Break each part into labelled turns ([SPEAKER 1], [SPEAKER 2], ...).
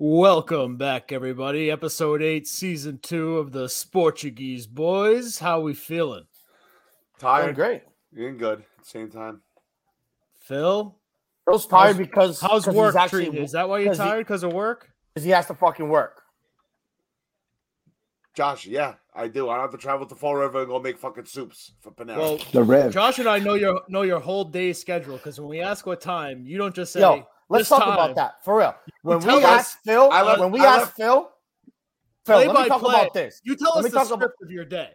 [SPEAKER 1] Welcome back, everybody. Episode eight, season two of the Sportuguese Boys. How we feeling,
[SPEAKER 2] Tired.
[SPEAKER 3] Doing great.
[SPEAKER 2] You're good. At the same time.
[SPEAKER 1] Phil?
[SPEAKER 3] Phil's
[SPEAKER 1] How's-
[SPEAKER 3] tired because
[SPEAKER 1] How's
[SPEAKER 3] 'cause
[SPEAKER 1] work
[SPEAKER 3] he's
[SPEAKER 1] treating you?
[SPEAKER 3] actually
[SPEAKER 1] Is that why you're
[SPEAKER 3] 'cause he-
[SPEAKER 1] tired? Because of work?
[SPEAKER 3] because he has to fucking work.
[SPEAKER 2] Josh, yeah, I do. I don't have to travel to Fall River and go make fucking soups for Panera.
[SPEAKER 1] Well,
[SPEAKER 4] The Rev.
[SPEAKER 1] Josh and I know your know your whole day schedule because when we ask what time, you don't just say
[SPEAKER 3] Yo, let's
[SPEAKER 1] this
[SPEAKER 3] talk
[SPEAKER 1] time.
[SPEAKER 3] about that for real. When we
[SPEAKER 1] tell us-
[SPEAKER 3] asked Phil,
[SPEAKER 2] I love-
[SPEAKER 3] when we
[SPEAKER 2] I
[SPEAKER 3] asked
[SPEAKER 2] love-
[SPEAKER 3] Phil, Phil, let
[SPEAKER 1] Play by
[SPEAKER 3] me talk
[SPEAKER 1] play.
[SPEAKER 3] about this.
[SPEAKER 1] you tell
[SPEAKER 3] Let
[SPEAKER 1] us
[SPEAKER 3] me
[SPEAKER 1] the
[SPEAKER 3] talk
[SPEAKER 1] script
[SPEAKER 3] about-
[SPEAKER 1] of your day.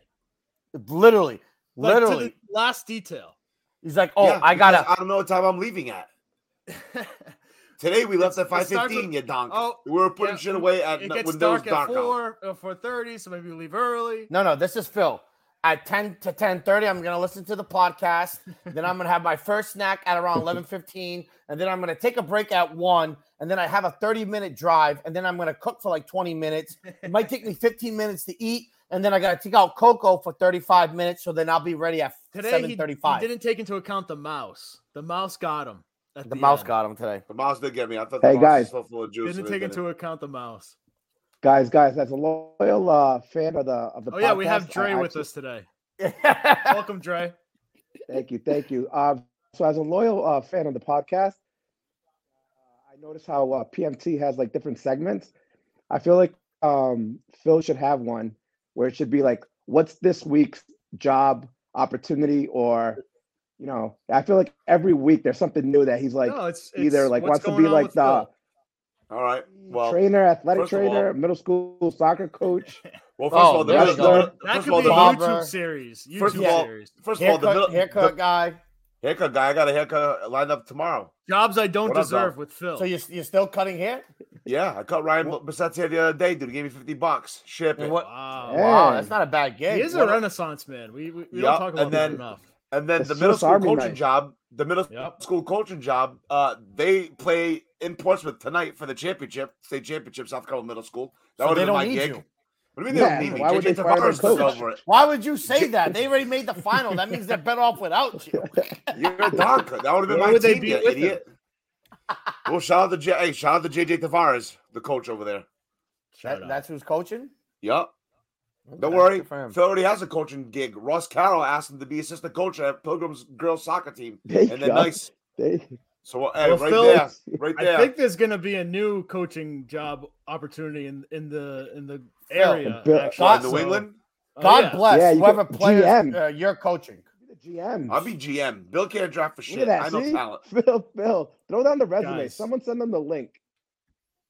[SPEAKER 3] Literally,
[SPEAKER 1] Like, to the
[SPEAKER 3] literally,
[SPEAKER 1] last detail.
[SPEAKER 3] he's like, "Oh,
[SPEAKER 2] Yeah,
[SPEAKER 3] I
[SPEAKER 2] because
[SPEAKER 3] gotta."
[SPEAKER 2] I don't know what time I'm leaving at. Today we left at
[SPEAKER 1] It
[SPEAKER 2] five
[SPEAKER 1] starts
[SPEAKER 2] fifteen.
[SPEAKER 1] with-
[SPEAKER 2] You donk.
[SPEAKER 1] oh,
[SPEAKER 2] we were putting
[SPEAKER 1] yeah,
[SPEAKER 2] shit away at
[SPEAKER 1] it
[SPEAKER 2] n-
[SPEAKER 1] gets
[SPEAKER 2] Uh, when there was
[SPEAKER 1] dark at
[SPEAKER 2] dark out.
[SPEAKER 1] four or four thirty, so maybe we leave early.
[SPEAKER 3] No, no, this is Phil. At ten to ten thirty, I'm gonna listen to the podcast. then I'm gonna have my first snack at around eleven fifteen, and then I'm gonna take a break at one, and then I have a thirty minute drive, and then I'm gonna cook for like twenty minutes. It might take me fifteen minutes to eat, and then I gotta take out Coco for thirty five minutes, so then I'll be ready at
[SPEAKER 1] Today he,
[SPEAKER 3] seven
[SPEAKER 1] he
[SPEAKER 3] thirty five.
[SPEAKER 1] didn't take into account the mouse. The mouse got him. at
[SPEAKER 3] The, mouse
[SPEAKER 1] end.
[SPEAKER 3] got him today.
[SPEAKER 2] The mouse did get me. I thought the
[SPEAKER 4] Hey,
[SPEAKER 2] mouse was
[SPEAKER 4] guys.
[SPEAKER 2] so full of juice.
[SPEAKER 1] Didn't
[SPEAKER 2] and it
[SPEAKER 1] take into account the mouse.
[SPEAKER 4] Guys, guys, as a loyal uh, fan of the of the
[SPEAKER 1] Oh yeah, we have
[SPEAKER 4] podcast, I
[SPEAKER 1] Dre with
[SPEAKER 4] actually-
[SPEAKER 1] us today. Welcome, Dre.
[SPEAKER 4] Thank you, thank you. Um, so as a loyal uh, fan of the podcast, uh, I noticed how uh, PMT has like different segments. I feel like um, Phil should have one where it should be like, "What's this week's job opportunity?" Or, you know, I feel like every week there's something new that he's like
[SPEAKER 1] no, it's,
[SPEAKER 4] either
[SPEAKER 1] it's
[SPEAKER 4] like
[SPEAKER 1] what's
[SPEAKER 4] wants to
[SPEAKER 1] going
[SPEAKER 4] be
[SPEAKER 1] on
[SPEAKER 4] like
[SPEAKER 1] with
[SPEAKER 4] the
[SPEAKER 2] All right. Well,
[SPEAKER 4] trainer, athletic
[SPEAKER 2] first of all-
[SPEAKER 4] trainer, middle school soccer coach.
[SPEAKER 2] well. First of
[SPEAKER 3] Oh,
[SPEAKER 2] all, the
[SPEAKER 3] there
[SPEAKER 2] middle,
[SPEAKER 3] we go.
[SPEAKER 1] Phil.
[SPEAKER 2] the-
[SPEAKER 1] that
[SPEAKER 2] first
[SPEAKER 1] could
[SPEAKER 2] of all,
[SPEAKER 1] be
[SPEAKER 2] the
[SPEAKER 1] a
[SPEAKER 3] middle-
[SPEAKER 1] YouTube series. YouTube
[SPEAKER 2] First of all-
[SPEAKER 1] series.
[SPEAKER 2] first of all, the middle,
[SPEAKER 3] haircut, haircut guy.
[SPEAKER 2] haircut guy. I got a haircut lined up tomorrow.
[SPEAKER 1] Jobs I don't
[SPEAKER 2] What up,
[SPEAKER 1] deserve
[SPEAKER 2] dog?
[SPEAKER 1] with Phil.
[SPEAKER 3] So you're, you're still cutting hair?
[SPEAKER 2] Yeah, I cut Ryan Bassett's hair the other day, dude. He gave me fifty bucks. Ship it.
[SPEAKER 3] And what?
[SPEAKER 1] wow.
[SPEAKER 4] Yeah.
[SPEAKER 3] Wow, that's not a bad gig.
[SPEAKER 1] He is a
[SPEAKER 3] What
[SPEAKER 1] renaissance man. We we, we don't
[SPEAKER 2] Yup,
[SPEAKER 1] talk about
[SPEAKER 2] and
[SPEAKER 1] that
[SPEAKER 2] then-
[SPEAKER 1] enough.
[SPEAKER 2] And then
[SPEAKER 4] It's
[SPEAKER 2] the middle
[SPEAKER 4] Swiss
[SPEAKER 2] school
[SPEAKER 4] Army
[SPEAKER 2] coaching
[SPEAKER 4] knife.
[SPEAKER 2] job, the middle
[SPEAKER 1] Yep.
[SPEAKER 2] school coaching job, uh, they play in Portsmouth tonight for the championship, state championship, South Carolina Middle School. That
[SPEAKER 3] So
[SPEAKER 2] would
[SPEAKER 3] they
[SPEAKER 2] have been
[SPEAKER 3] don't
[SPEAKER 2] my
[SPEAKER 3] need
[SPEAKER 2] gig.
[SPEAKER 3] you.
[SPEAKER 2] What do you mean they
[SPEAKER 4] Yeah,
[SPEAKER 2] don't need me?
[SPEAKER 4] why would
[SPEAKER 2] JJ
[SPEAKER 4] they fire their
[SPEAKER 2] Tavares took
[SPEAKER 4] coach?
[SPEAKER 2] over it.
[SPEAKER 3] Why would you say that? They already made the final. That means they're better off without you.
[SPEAKER 2] You're a dog. That would have been
[SPEAKER 1] Where
[SPEAKER 2] my
[SPEAKER 1] would they
[SPEAKER 2] team,
[SPEAKER 1] be
[SPEAKER 2] you
[SPEAKER 1] with him?
[SPEAKER 2] idiot. well, shout out to J- hey, shout out to JJ Tavares, the coach over there.
[SPEAKER 1] Shut
[SPEAKER 3] That-
[SPEAKER 1] up.
[SPEAKER 3] that's who's coaching.
[SPEAKER 2] Yup. Don't
[SPEAKER 3] Okay,
[SPEAKER 2] worry.
[SPEAKER 3] good for him.
[SPEAKER 2] Phil already has a coaching gig. Ross Carroll asked him to be assistant coach at Pilgrim's girls soccer team.
[SPEAKER 4] There you
[SPEAKER 2] And then
[SPEAKER 4] go.
[SPEAKER 2] nice.
[SPEAKER 4] There you-
[SPEAKER 2] So uh, hey,
[SPEAKER 1] Well,
[SPEAKER 2] right
[SPEAKER 1] Phil-
[SPEAKER 2] there. Right
[SPEAKER 1] I
[SPEAKER 2] there.
[SPEAKER 1] think there's going to be a new coaching job opportunity in, in the in the
[SPEAKER 3] Phil.
[SPEAKER 1] area.
[SPEAKER 4] Bill-
[SPEAKER 1] actually,
[SPEAKER 2] What, in
[SPEAKER 3] God-
[SPEAKER 2] New
[SPEAKER 1] so-
[SPEAKER 2] England?
[SPEAKER 1] Oh,
[SPEAKER 3] God
[SPEAKER 1] yeah.
[SPEAKER 3] bless
[SPEAKER 4] Yeah, you
[SPEAKER 3] whoever
[SPEAKER 4] could-
[SPEAKER 3] players
[SPEAKER 4] GM.
[SPEAKER 3] uh, you're coaching.
[SPEAKER 4] the GM.
[SPEAKER 2] I'll be GM. Bill can't draft for
[SPEAKER 4] Look
[SPEAKER 2] shit.
[SPEAKER 4] at that.
[SPEAKER 2] I know
[SPEAKER 4] see?
[SPEAKER 2] talent.
[SPEAKER 4] Phil, Phil, throw down the resume.
[SPEAKER 1] Guys.
[SPEAKER 4] Someone send them the link.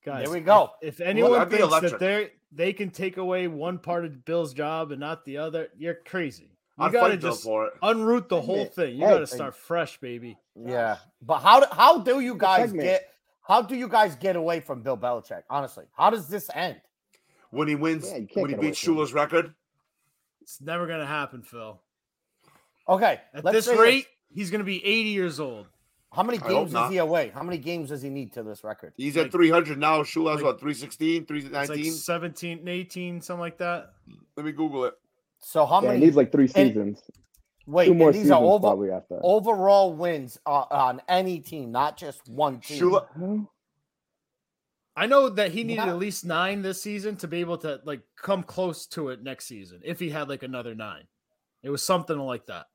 [SPEAKER 1] Guys,
[SPEAKER 3] we go.
[SPEAKER 1] If, if anyone
[SPEAKER 2] that'd be
[SPEAKER 1] thinks that
[SPEAKER 2] electric.
[SPEAKER 1] they they can take away one part of Bill's job and not the other, you're crazy. You
[SPEAKER 2] I'd
[SPEAKER 1] gotta
[SPEAKER 2] fight Bill
[SPEAKER 1] just
[SPEAKER 2] for it.
[SPEAKER 1] unroot the
[SPEAKER 4] Wait a
[SPEAKER 1] whole
[SPEAKER 4] minute.
[SPEAKER 1] thing. You
[SPEAKER 4] Hey,
[SPEAKER 1] gotta
[SPEAKER 4] hey.
[SPEAKER 1] start fresh, baby.
[SPEAKER 3] Yeah, but how do, how do you guys
[SPEAKER 4] segment.
[SPEAKER 3] get how do you guys get away from Bill Belichick? Honestly, how does this end?
[SPEAKER 2] When he wins,
[SPEAKER 4] Yeah, you can't
[SPEAKER 2] when he
[SPEAKER 4] get away
[SPEAKER 2] beats
[SPEAKER 4] from it.
[SPEAKER 2] Shula's record,
[SPEAKER 1] It's never gonna happen, Phil.
[SPEAKER 3] Okay,
[SPEAKER 1] At
[SPEAKER 3] let's
[SPEAKER 1] this
[SPEAKER 3] say
[SPEAKER 1] rate, he's gonna be 80 years old.
[SPEAKER 3] how many
[SPEAKER 2] I hope
[SPEAKER 3] games is
[SPEAKER 2] not.
[SPEAKER 3] he away? How many games does he need to this record?
[SPEAKER 2] he's
[SPEAKER 1] Like-
[SPEAKER 2] at 300 now. Shula's
[SPEAKER 1] like-
[SPEAKER 2] what, 316,
[SPEAKER 1] It's
[SPEAKER 2] 319?
[SPEAKER 1] like 17, 18, something like that.
[SPEAKER 2] Let me Google it.
[SPEAKER 3] So how
[SPEAKER 4] Yeah, it
[SPEAKER 3] many?
[SPEAKER 4] needs like three
[SPEAKER 3] and-
[SPEAKER 4] seasons.
[SPEAKER 3] wait,
[SPEAKER 4] Two more
[SPEAKER 3] and these
[SPEAKER 4] seasons
[SPEAKER 3] are over,
[SPEAKER 4] probably after. that.
[SPEAKER 3] overall wins on, on any team, not just one team.
[SPEAKER 2] Shula,
[SPEAKER 4] Huh?
[SPEAKER 1] I know that he needed
[SPEAKER 3] Yeah.
[SPEAKER 1] at least nine this season to be able to like come close to it next season if he had like another nine. It was something like that.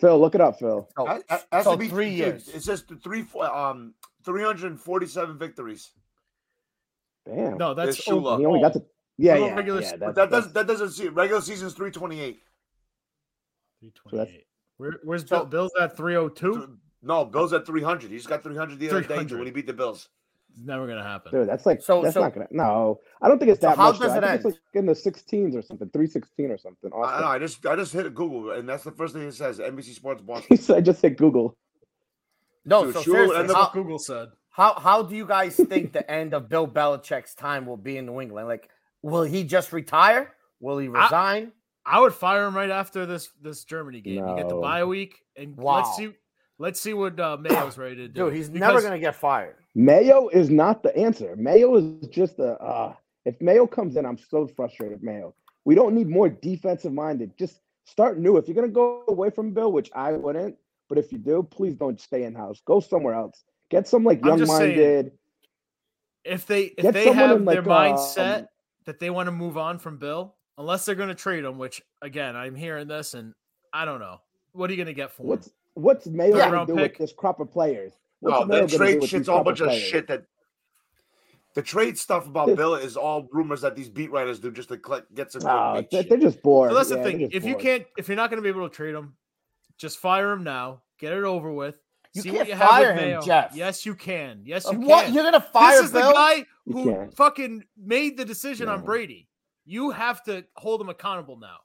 [SPEAKER 4] Phil, look it up, Phil.
[SPEAKER 3] So,
[SPEAKER 2] that- that has
[SPEAKER 3] Oh, so
[SPEAKER 2] to be-
[SPEAKER 3] three
[SPEAKER 2] dude,
[SPEAKER 3] years.
[SPEAKER 2] It says th- three, four, um, 347 victories.
[SPEAKER 4] Damn.
[SPEAKER 1] No, that's
[SPEAKER 2] It's Shula.
[SPEAKER 4] he only got to. Yeah,
[SPEAKER 1] Little
[SPEAKER 4] yeah,
[SPEAKER 1] regular
[SPEAKER 4] yeah.
[SPEAKER 1] s-
[SPEAKER 2] But that
[SPEAKER 4] That's, that's-
[SPEAKER 2] doesn't that doesn't see regular season's 328.
[SPEAKER 1] 328. Where, where's
[SPEAKER 3] So-
[SPEAKER 1] Bill? Bill's at 302?
[SPEAKER 2] No, Bill's at 300. He's got 300 the other day
[SPEAKER 1] 300.
[SPEAKER 2] dude, when he beat the Bills.
[SPEAKER 1] It's never gonna happen.
[SPEAKER 4] dude, that's like
[SPEAKER 3] So-
[SPEAKER 4] that's
[SPEAKER 3] so-
[SPEAKER 4] not gonna. No, I don't think it's
[SPEAKER 3] So
[SPEAKER 4] that
[SPEAKER 3] how
[SPEAKER 4] much. though.
[SPEAKER 3] does
[SPEAKER 4] I
[SPEAKER 3] it
[SPEAKER 4] think it's
[SPEAKER 3] end?
[SPEAKER 4] like in the 16s or something, 316 or something.
[SPEAKER 2] I, I know,
[SPEAKER 4] Awesome.
[SPEAKER 2] I just I just hit Google and that's the first thing it says. NBC Sports Boston.
[SPEAKER 4] He said, I just said Google.
[SPEAKER 3] no,
[SPEAKER 2] dude,
[SPEAKER 3] so
[SPEAKER 2] Shula would
[SPEAKER 3] seriously,
[SPEAKER 2] end
[SPEAKER 1] That's
[SPEAKER 2] up-
[SPEAKER 3] how,
[SPEAKER 1] what Google said.
[SPEAKER 3] How how do you guys think the end of Bill Belichick's time will be in New England? Like, will he just retire? Will he
[SPEAKER 1] I-
[SPEAKER 3] resign?
[SPEAKER 1] I would fire him right after this this Germany game. You get the
[SPEAKER 4] No.
[SPEAKER 1] bye week, and
[SPEAKER 3] Wow.
[SPEAKER 1] let's see let's see what uh, Mayo's ready to do.
[SPEAKER 3] Dude, he's never
[SPEAKER 1] Because
[SPEAKER 3] gonna get fired.
[SPEAKER 4] Mayo is not the answer. Mayo is just a. Uh, if Mayo comes in, I'm so frustrated. with Mayo, we don't need more defensive minded. Just start new. If you're gonna go away from Bill, which I wouldn't, but if you do, please don't stay in house. Go somewhere else. Get some like
[SPEAKER 1] I'm
[SPEAKER 4] young
[SPEAKER 1] just saying-
[SPEAKER 4] minded.
[SPEAKER 1] If they if
[SPEAKER 4] Get
[SPEAKER 1] they
[SPEAKER 4] someone
[SPEAKER 1] have
[SPEAKER 4] in,
[SPEAKER 1] their
[SPEAKER 4] like,
[SPEAKER 1] mind
[SPEAKER 4] um,
[SPEAKER 1] set that they want to move on from Bill, unless they're going to trade him, which again I'm hearing this and I don't know. What are you going to get for
[SPEAKER 4] What's
[SPEAKER 1] him?
[SPEAKER 4] what's Mayo
[SPEAKER 1] Third
[SPEAKER 4] gonna
[SPEAKER 1] round
[SPEAKER 4] do
[SPEAKER 1] pick.
[SPEAKER 4] with this crop of players? What's
[SPEAKER 2] No, the
[SPEAKER 4] Mayo gonna do
[SPEAKER 2] trade
[SPEAKER 4] with
[SPEAKER 2] shit's
[SPEAKER 4] these
[SPEAKER 2] all
[SPEAKER 4] crop
[SPEAKER 2] bunch of
[SPEAKER 4] players?
[SPEAKER 2] shit that the trade stuff about Bill is all rumors that these beat writers do just to collect, get some.
[SPEAKER 4] Oh,
[SPEAKER 2] clickbait
[SPEAKER 4] they-
[SPEAKER 2] shit.
[SPEAKER 4] they're just bored.
[SPEAKER 1] So that's
[SPEAKER 4] Yeah,
[SPEAKER 1] the
[SPEAKER 4] they're
[SPEAKER 1] thing.
[SPEAKER 4] just
[SPEAKER 1] If you
[SPEAKER 4] bored.
[SPEAKER 1] can't, if you're not going to be able to trade him, just fire him now. Get it over with.
[SPEAKER 3] You
[SPEAKER 1] See
[SPEAKER 3] can't
[SPEAKER 1] what you have with
[SPEAKER 3] fire him,
[SPEAKER 1] Mayo.
[SPEAKER 3] Jeff.
[SPEAKER 1] Yes, you can. Yes, you
[SPEAKER 3] what
[SPEAKER 1] can.
[SPEAKER 3] you're gonna fire
[SPEAKER 1] this is
[SPEAKER 3] Bill?
[SPEAKER 1] the guy
[SPEAKER 4] You
[SPEAKER 1] who
[SPEAKER 4] can't.
[SPEAKER 1] fucking made the decision on
[SPEAKER 4] No.
[SPEAKER 1] Brady. You have to hold him accountable now.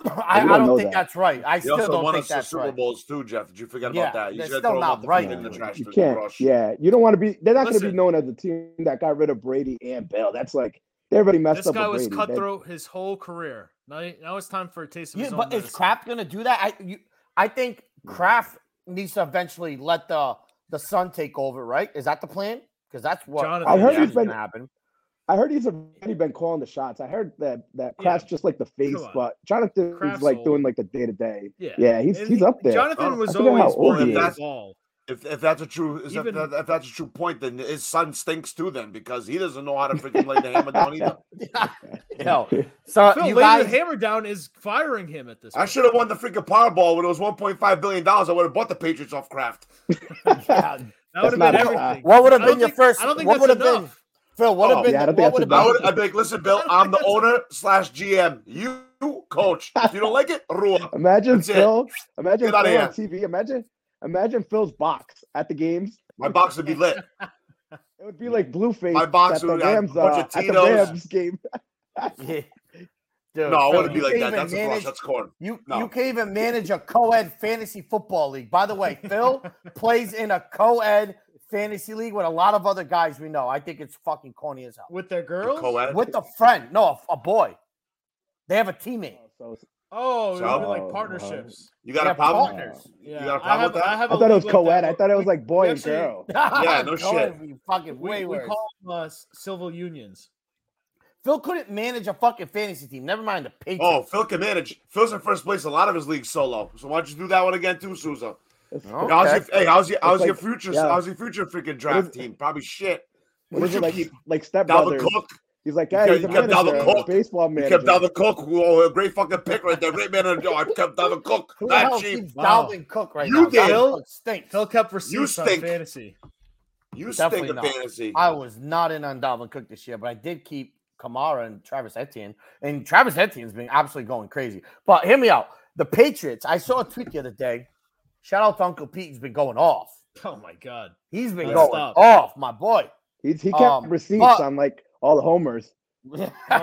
[SPEAKER 3] I, I
[SPEAKER 4] don't
[SPEAKER 3] don't
[SPEAKER 4] know
[SPEAKER 3] think
[SPEAKER 4] that.
[SPEAKER 3] that's right. I
[SPEAKER 2] He
[SPEAKER 3] still
[SPEAKER 2] also
[SPEAKER 3] don't
[SPEAKER 2] won
[SPEAKER 3] think
[SPEAKER 2] us the
[SPEAKER 3] that's
[SPEAKER 2] Super
[SPEAKER 3] right.
[SPEAKER 2] Bowls too, Jeff. Did you forget
[SPEAKER 3] Yeah,
[SPEAKER 2] about that? You
[SPEAKER 3] they're
[SPEAKER 2] just gotta
[SPEAKER 3] still
[SPEAKER 2] throw him
[SPEAKER 3] not
[SPEAKER 2] out the
[SPEAKER 3] right.
[SPEAKER 2] fucking in the trash.
[SPEAKER 4] You
[SPEAKER 2] to
[SPEAKER 4] can't.
[SPEAKER 2] brush.
[SPEAKER 4] Yeah, you don't want to be. They're not going to be
[SPEAKER 1] Listen.
[SPEAKER 4] known as the team that got rid of Brady and Bill. That's like they already messed
[SPEAKER 1] This
[SPEAKER 4] up.
[SPEAKER 1] guy
[SPEAKER 4] with
[SPEAKER 1] was
[SPEAKER 4] Brady. They-
[SPEAKER 1] cutthroat his whole career. Now, now it's time for a taste of
[SPEAKER 3] Yeah,
[SPEAKER 1] his own
[SPEAKER 3] but is
[SPEAKER 1] medicine.
[SPEAKER 3] Kraft gonna do that? I you, I think Kraft needs to eventually let the the Sun take over, right? Is that the plan? Because that's what
[SPEAKER 1] Jonathan, I heard
[SPEAKER 4] he's
[SPEAKER 3] that's gonna
[SPEAKER 4] been-
[SPEAKER 3] happen.
[SPEAKER 4] I heard he's already been calling the shots. I heard that that
[SPEAKER 1] Yeah.
[SPEAKER 4] Kraft's just like the face,
[SPEAKER 1] on.
[SPEAKER 4] but Jonathan's
[SPEAKER 1] Kraft's
[SPEAKER 4] like doing
[SPEAKER 1] old.
[SPEAKER 4] like the day to day.
[SPEAKER 1] Yeah,
[SPEAKER 4] Yeah, he's
[SPEAKER 1] And
[SPEAKER 4] he's
[SPEAKER 1] he-
[SPEAKER 4] up there. Oh,
[SPEAKER 1] Jonathan was
[SPEAKER 4] I forget how
[SPEAKER 1] always
[SPEAKER 4] old
[SPEAKER 1] one
[SPEAKER 4] he
[SPEAKER 1] of the
[SPEAKER 2] is.
[SPEAKER 1] ball.
[SPEAKER 2] If, if that's a true is that-
[SPEAKER 1] Even-
[SPEAKER 2] that, if that's a true point, then his son stinks too. Then because he doesn't know how to freaking lay the hammer down either.
[SPEAKER 3] Yo, so
[SPEAKER 1] Phil,
[SPEAKER 3] you
[SPEAKER 1] laying the
[SPEAKER 3] guys,
[SPEAKER 1] hammer down is firing him at this.
[SPEAKER 2] I
[SPEAKER 1] point.
[SPEAKER 2] should have won the freaking Powerball when it was 1.5 billion dollars. I would have bought the Patriots off Kraft.
[SPEAKER 1] That would have
[SPEAKER 4] That's
[SPEAKER 1] been
[SPEAKER 4] not-
[SPEAKER 1] everything.
[SPEAKER 3] what would
[SPEAKER 1] I
[SPEAKER 3] have
[SPEAKER 1] don't
[SPEAKER 3] been your
[SPEAKER 1] think-
[SPEAKER 3] first?
[SPEAKER 1] I don't think
[SPEAKER 3] what would
[SPEAKER 1] that's
[SPEAKER 3] have been
[SPEAKER 1] enough.
[SPEAKER 3] Phil? What would
[SPEAKER 2] Oh,
[SPEAKER 3] have been?
[SPEAKER 4] yeah, I don't think
[SPEAKER 3] what would
[SPEAKER 4] that's
[SPEAKER 3] have
[SPEAKER 2] I
[SPEAKER 4] enough.
[SPEAKER 3] been?
[SPEAKER 2] would. I'd be like, listen, Bill, I'm the owner slash GM. You coach. If you don't like it, rule. up."
[SPEAKER 4] Imagine
[SPEAKER 2] That's it.
[SPEAKER 4] Phil. Imagine
[SPEAKER 2] Get outta
[SPEAKER 4] Phil on TV. Imagine imagine Phil's box at the games.
[SPEAKER 2] My box would be lit.
[SPEAKER 4] It would be like Blueface
[SPEAKER 2] My box
[SPEAKER 4] at the
[SPEAKER 2] would have
[SPEAKER 4] Rams
[SPEAKER 2] a bunch
[SPEAKER 4] uh,
[SPEAKER 2] of
[SPEAKER 4] at the
[SPEAKER 2] Tito's.
[SPEAKER 4] Rams game.
[SPEAKER 3] Yeah. Dude,
[SPEAKER 2] No, I
[SPEAKER 3] Phil,
[SPEAKER 2] wouldn't be
[SPEAKER 3] you
[SPEAKER 2] like that.
[SPEAKER 3] can't even
[SPEAKER 2] That's a
[SPEAKER 3] manage-
[SPEAKER 2] cross. That's corn.
[SPEAKER 3] You
[SPEAKER 2] No.
[SPEAKER 3] you can't even manage a co-ed fantasy football league. By the way, Phil plays in a co-ed fantasy league with a lot of other guys we know. I think it's fucking corny as hell.
[SPEAKER 1] with their
[SPEAKER 2] The
[SPEAKER 1] girls.
[SPEAKER 2] co-ed.
[SPEAKER 3] With a friend, no, a, a boy. They have a teammate.
[SPEAKER 4] So
[SPEAKER 1] Oh, it would be
[SPEAKER 4] So-
[SPEAKER 1] like partnerships.
[SPEAKER 2] You got
[SPEAKER 3] Yeah,
[SPEAKER 2] a problem?
[SPEAKER 3] partners.
[SPEAKER 1] Yeah,
[SPEAKER 2] You got a problem
[SPEAKER 1] I have.
[SPEAKER 2] with that?
[SPEAKER 1] I have.
[SPEAKER 4] I
[SPEAKER 1] a
[SPEAKER 4] thought it
[SPEAKER 1] league
[SPEAKER 4] was
[SPEAKER 1] like
[SPEAKER 4] co-ed.
[SPEAKER 1] that.
[SPEAKER 4] I thought it
[SPEAKER 1] We-
[SPEAKER 4] was like boy
[SPEAKER 1] we
[SPEAKER 4] and
[SPEAKER 1] actually-
[SPEAKER 4] girl.
[SPEAKER 3] yeah,
[SPEAKER 2] no shit.
[SPEAKER 3] fucking way
[SPEAKER 1] We, we
[SPEAKER 3] worse.
[SPEAKER 1] call them uh, civil unions.
[SPEAKER 3] Phil couldn't manage a fucking fantasy team. Never mind the Patriots.
[SPEAKER 2] Oh, Phil can manage. Phil's in first place in a lot of his leagues solo. So why don't you do that one again too, Souza?
[SPEAKER 3] No?
[SPEAKER 2] How's
[SPEAKER 3] Okay.
[SPEAKER 2] your hey? How's your how's
[SPEAKER 4] like-
[SPEAKER 2] your future?
[SPEAKER 4] yeah.
[SPEAKER 2] How's your future freaking draft team? Probably shit.
[SPEAKER 4] What is
[SPEAKER 2] Would
[SPEAKER 4] it
[SPEAKER 2] you
[SPEAKER 4] like
[SPEAKER 2] keep
[SPEAKER 4] like
[SPEAKER 2] Dalvin
[SPEAKER 4] stepbrothers?
[SPEAKER 2] Cook?
[SPEAKER 4] He's like,
[SPEAKER 2] You
[SPEAKER 4] hey,
[SPEAKER 2] kept-
[SPEAKER 4] he's a
[SPEAKER 2] you kept
[SPEAKER 4] manager,
[SPEAKER 2] Dalvin
[SPEAKER 4] he's a
[SPEAKER 2] Cook.
[SPEAKER 4] baseball
[SPEAKER 2] You
[SPEAKER 4] manager.
[SPEAKER 2] kept Dalvin Cook. Whoa, a great fucking pick right there. Great man. in the yard. I kept Dalvin Cook.
[SPEAKER 3] Who the
[SPEAKER 2] Not
[SPEAKER 3] hell
[SPEAKER 2] cheap.
[SPEAKER 3] keeps
[SPEAKER 1] Wow.
[SPEAKER 3] Dalvin Cook right
[SPEAKER 2] You
[SPEAKER 3] now? Dalvin
[SPEAKER 2] did.
[SPEAKER 3] Cook stinks.
[SPEAKER 1] Phil kept receipts on
[SPEAKER 2] stink.
[SPEAKER 1] fantasy.
[SPEAKER 2] You
[SPEAKER 3] Definitely
[SPEAKER 2] stink of
[SPEAKER 3] not.
[SPEAKER 2] fantasy.
[SPEAKER 3] I was not in on Dalvin Cook this year, but I did keep Kamara and Travis Etienne. And Travis Etienne's been absolutely going crazy. But hear me out. The Patriots, I saw a tweet the other day. Shout out to Uncle Pete. He's been going off.
[SPEAKER 1] Oh my god.
[SPEAKER 3] He's been
[SPEAKER 1] Let's
[SPEAKER 3] going
[SPEAKER 1] stop.
[SPEAKER 3] off, my boy.
[SPEAKER 4] He's, he kept
[SPEAKER 3] Um,
[SPEAKER 4] receipts
[SPEAKER 3] but-
[SPEAKER 4] on like all the homers.
[SPEAKER 1] Oh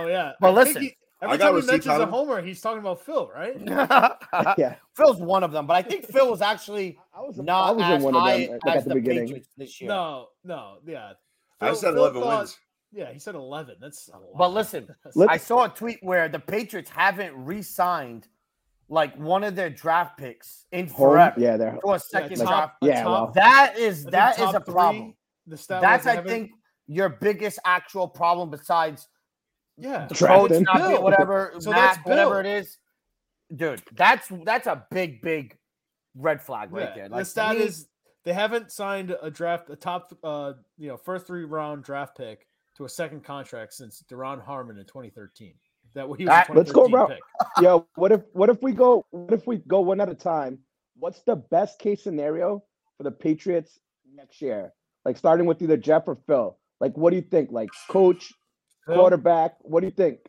[SPEAKER 1] yeah.
[SPEAKER 3] But
[SPEAKER 1] I think
[SPEAKER 3] listen.
[SPEAKER 1] he-
[SPEAKER 2] I
[SPEAKER 1] every
[SPEAKER 2] got
[SPEAKER 1] time he
[SPEAKER 2] receipts
[SPEAKER 1] mentions
[SPEAKER 2] on
[SPEAKER 1] a
[SPEAKER 2] him.
[SPEAKER 1] homer, he's talking about Phil, right?
[SPEAKER 3] Uh,
[SPEAKER 4] Yeah,
[SPEAKER 3] Phil's one of them, but I think Phil was actually
[SPEAKER 4] I was I
[SPEAKER 3] not
[SPEAKER 4] was
[SPEAKER 3] as
[SPEAKER 4] in one of
[SPEAKER 3] high
[SPEAKER 4] them like,
[SPEAKER 3] as
[SPEAKER 4] at the,
[SPEAKER 3] the,
[SPEAKER 4] beginning.
[SPEAKER 3] Patriots this year.
[SPEAKER 1] No, no, yeah.
[SPEAKER 2] I
[SPEAKER 1] Phil-
[SPEAKER 2] said
[SPEAKER 1] Phil
[SPEAKER 2] eleven
[SPEAKER 1] thought-
[SPEAKER 2] wins.
[SPEAKER 1] Yeah, he said eleven. That's a lot.
[SPEAKER 3] But listen,
[SPEAKER 4] Let-
[SPEAKER 3] I saw a tweet where the Patriots haven't re-signed like one of their draft picks in
[SPEAKER 4] Home-
[SPEAKER 3] forever.
[SPEAKER 4] yeah, they're
[SPEAKER 3] to a
[SPEAKER 1] Yeah,
[SPEAKER 3] second
[SPEAKER 1] top-
[SPEAKER 3] draft.
[SPEAKER 1] a
[SPEAKER 4] yeah,
[SPEAKER 1] top-
[SPEAKER 4] well.
[SPEAKER 3] That
[SPEAKER 1] I
[SPEAKER 3] is
[SPEAKER 1] think
[SPEAKER 3] that is
[SPEAKER 1] top
[SPEAKER 3] a
[SPEAKER 1] three,
[SPEAKER 3] problem.
[SPEAKER 1] The stat
[SPEAKER 3] That's
[SPEAKER 1] was
[SPEAKER 3] I
[SPEAKER 1] having-
[SPEAKER 3] think your biggest actual problem besides
[SPEAKER 1] Yeah. Oh,
[SPEAKER 3] the
[SPEAKER 4] Drafting.
[SPEAKER 3] coach not being
[SPEAKER 1] Bill.
[SPEAKER 3] whatever
[SPEAKER 1] So
[SPEAKER 3] Mac,
[SPEAKER 1] that's
[SPEAKER 3] whatever it
[SPEAKER 1] Bill.
[SPEAKER 3] is. Dude, that's that's a big big red flag right
[SPEAKER 1] yeah.
[SPEAKER 3] there.
[SPEAKER 1] the
[SPEAKER 3] Like
[SPEAKER 1] stat
[SPEAKER 3] to me,
[SPEAKER 1] is they haven't signed a draft, a top, uh, you know, first three round draft pick to a second contract since Deron Harmon in 2013. That he was a
[SPEAKER 3] That-
[SPEAKER 4] let's go
[SPEAKER 1] 2013
[SPEAKER 4] around-
[SPEAKER 1] pick.
[SPEAKER 4] Yo, what if what if we go what if we go one at a time? What's the best case scenario for the Patriots next year? Like starting with either Jeff or Phil. Like what do you think? Like coach,
[SPEAKER 1] Phil,
[SPEAKER 4] quarterback, what do you think?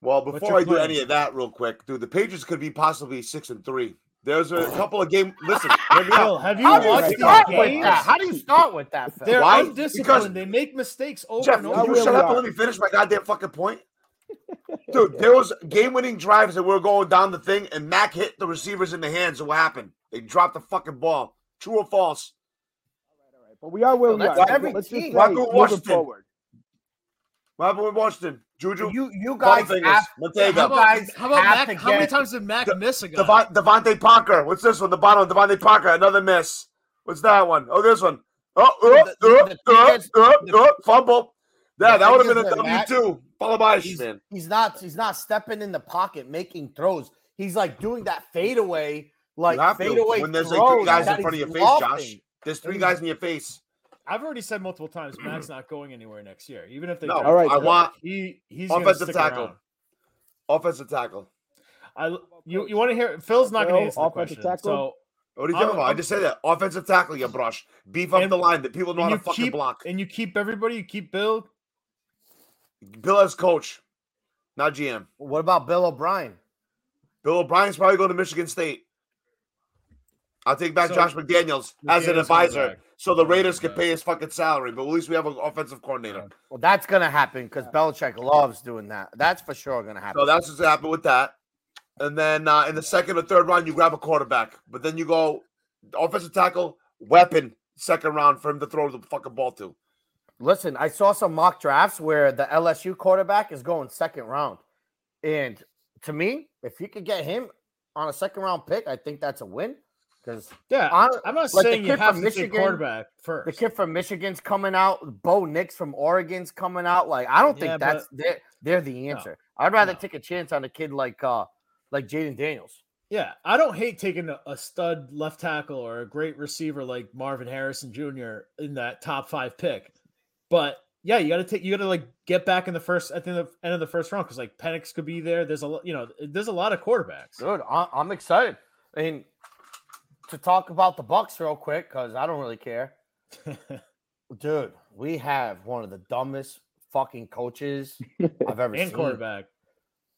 [SPEAKER 2] Well,
[SPEAKER 1] What's your
[SPEAKER 2] before I do
[SPEAKER 1] plan?
[SPEAKER 2] any of that, real quick, dude, the Patriots could be possibly six and three. There's
[SPEAKER 1] Oh.
[SPEAKER 2] a couple of game. Listen, hear me
[SPEAKER 1] Phil,
[SPEAKER 2] out.
[SPEAKER 1] have you
[SPEAKER 3] how do
[SPEAKER 4] Alright,
[SPEAKER 3] you
[SPEAKER 1] watched these
[SPEAKER 3] start
[SPEAKER 4] right.
[SPEAKER 3] with
[SPEAKER 1] games?
[SPEAKER 3] that? How do you start with that? Phil?
[SPEAKER 1] They're
[SPEAKER 2] Why?
[SPEAKER 1] undisciplined.
[SPEAKER 2] Because-
[SPEAKER 1] they make mistakes over
[SPEAKER 2] Jeff,
[SPEAKER 1] and
[SPEAKER 2] will
[SPEAKER 1] over.
[SPEAKER 2] you
[SPEAKER 4] we
[SPEAKER 2] shut up
[SPEAKER 4] are.
[SPEAKER 2] and let me finish my goddamn fucking point? Dude, there was game-winning drives that we were going down the thing, and Mac hit the receivers in the hands, and what happened? They dropped the fucking ball. True or false?
[SPEAKER 4] But we are where
[SPEAKER 3] Well,
[SPEAKER 4] we
[SPEAKER 3] that's
[SPEAKER 4] are.
[SPEAKER 3] every
[SPEAKER 4] Let's just
[SPEAKER 3] team.
[SPEAKER 4] say
[SPEAKER 2] Why go
[SPEAKER 4] moving
[SPEAKER 2] Washington?
[SPEAKER 4] forward.
[SPEAKER 2] What happened with Washington? Juju,
[SPEAKER 3] you you guys
[SPEAKER 2] Butterfingers,
[SPEAKER 3] have
[SPEAKER 2] Montego,
[SPEAKER 1] How
[SPEAKER 3] You
[SPEAKER 1] about,
[SPEAKER 3] guys
[SPEAKER 1] how about
[SPEAKER 3] have
[SPEAKER 1] Mac?
[SPEAKER 3] to
[SPEAKER 1] How many
[SPEAKER 3] get-
[SPEAKER 1] times did Mac
[SPEAKER 2] De-
[SPEAKER 1] miss a guy?
[SPEAKER 2] Devon, Devontae Parker. What's this one? The bottom, Devontae Parker. Another miss. What's that one? Oh, this one. Oh, oh,
[SPEAKER 3] The-
[SPEAKER 2] oh,
[SPEAKER 3] the- the
[SPEAKER 2] oh,
[SPEAKER 3] thing is-
[SPEAKER 2] oh,
[SPEAKER 3] the-
[SPEAKER 2] oh, fumble. Yeah,
[SPEAKER 3] the
[SPEAKER 2] that would have
[SPEAKER 3] thing
[SPEAKER 2] been
[SPEAKER 3] is
[SPEAKER 2] a
[SPEAKER 3] that
[SPEAKER 2] W
[SPEAKER 3] Mac-
[SPEAKER 2] two. Follow by
[SPEAKER 3] he's,
[SPEAKER 2] man.
[SPEAKER 3] he's not he's not stepping in the pocket making throws. He's like doing that fadeaway, like
[SPEAKER 2] you have to
[SPEAKER 3] fadeaway
[SPEAKER 2] when there's like
[SPEAKER 3] throws
[SPEAKER 2] three guys
[SPEAKER 3] that
[SPEAKER 2] in front of your
[SPEAKER 3] he's
[SPEAKER 2] face,
[SPEAKER 3] lobbing.
[SPEAKER 2] Josh. There's three guys in your face.
[SPEAKER 1] I've already said multiple times, Matt's not going anywhere next year, even if they.
[SPEAKER 2] No,
[SPEAKER 1] draft
[SPEAKER 4] All right,
[SPEAKER 2] I
[SPEAKER 1] him.
[SPEAKER 2] want
[SPEAKER 1] he he's
[SPEAKER 2] offensive
[SPEAKER 1] offensive
[SPEAKER 2] tackle.
[SPEAKER 1] tackle.
[SPEAKER 2] offensive tackle.
[SPEAKER 1] I you you want to hear? Phil's not going
[SPEAKER 4] Phil,
[SPEAKER 1] to answer the
[SPEAKER 4] offensive
[SPEAKER 1] question.
[SPEAKER 4] tackle?
[SPEAKER 2] What are you
[SPEAKER 1] I'm-
[SPEAKER 2] talking about? I just said that offensive tackle. You brush beef up
[SPEAKER 1] And-
[SPEAKER 2] the line. That people
[SPEAKER 1] So
[SPEAKER 2] know how to
[SPEAKER 1] and you
[SPEAKER 2] fucking
[SPEAKER 1] keep
[SPEAKER 2] block.
[SPEAKER 1] and you keep everybody. You keep Bill.
[SPEAKER 2] Bill as coach, not GM.
[SPEAKER 3] What about Bill O'Brien?
[SPEAKER 2] Bill O'Brien's probably going to Michigan State. I'll take back
[SPEAKER 1] So-
[SPEAKER 2] Josh McDaniels as
[SPEAKER 1] McDaniels
[SPEAKER 2] an
[SPEAKER 1] coming
[SPEAKER 2] advisor,
[SPEAKER 1] back.
[SPEAKER 2] so the
[SPEAKER 1] Coming
[SPEAKER 2] Raiders can
[SPEAKER 1] back.
[SPEAKER 2] pay his fucking salary. But at least we have an offensive coordinator.
[SPEAKER 3] Well, that's gonna happen because Belichick loves doing that. That's for sure gonna happen.
[SPEAKER 2] So that's what's happened with that. And then uh, in the second or third round, you grab a quarterback, but then you go offensive tackle, weapon, second round for him to throw the fucking ball to.
[SPEAKER 3] Listen, I saw some mock drafts where the LSU quarterback is going second round, and to me, if you could get him on a second round pick, I think that's a win because
[SPEAKER 1] Yeah,
[SPEAKER 3] Hon-
[SPEAKER 1] I'm not
[SPEAKER 3] like the
[SPEAKER 1] saying you
[SPEAKER 3] kid
[SPEAKER 1] have
[SPEAKER 3] from
[SPEAKER 1] to take
[SPEAKER 3] Michigan-
[SPEAKER 1] quarterback first.
[SPEAKER 3] the kid from Michigan's coming out, Bo Nix from Oregon's coming out. Like, I don't think
[SPEAKER 1] Yeah,
[SPEAKER 3] that's they're, they're the answer. I'd rather
[SPEAKER 1] no.
[SPEAKER 3] take a chance on a kid like uh like Jaden Daniels.
[SPEAKER 1] Yeah, I don't hate taking a, a stud left tackle or a great receiver like Marvin Harrison Jr. in that top five pick, but yeah, you got to take you got to like get back in the first at the end of, end of the first round because like Penix could be there. There's a lo- you know there's a lot of quarterbacks.
[SPEAKER 3] Good. I, I'm excited. And to talk about the Bucks real quick because I don't really care, dude. We have one of the dumbest fucking coaches I've ever
[SPEAKER 1] and
[SPEAKER 3] seen.
[SPEAKER 1] quarterback.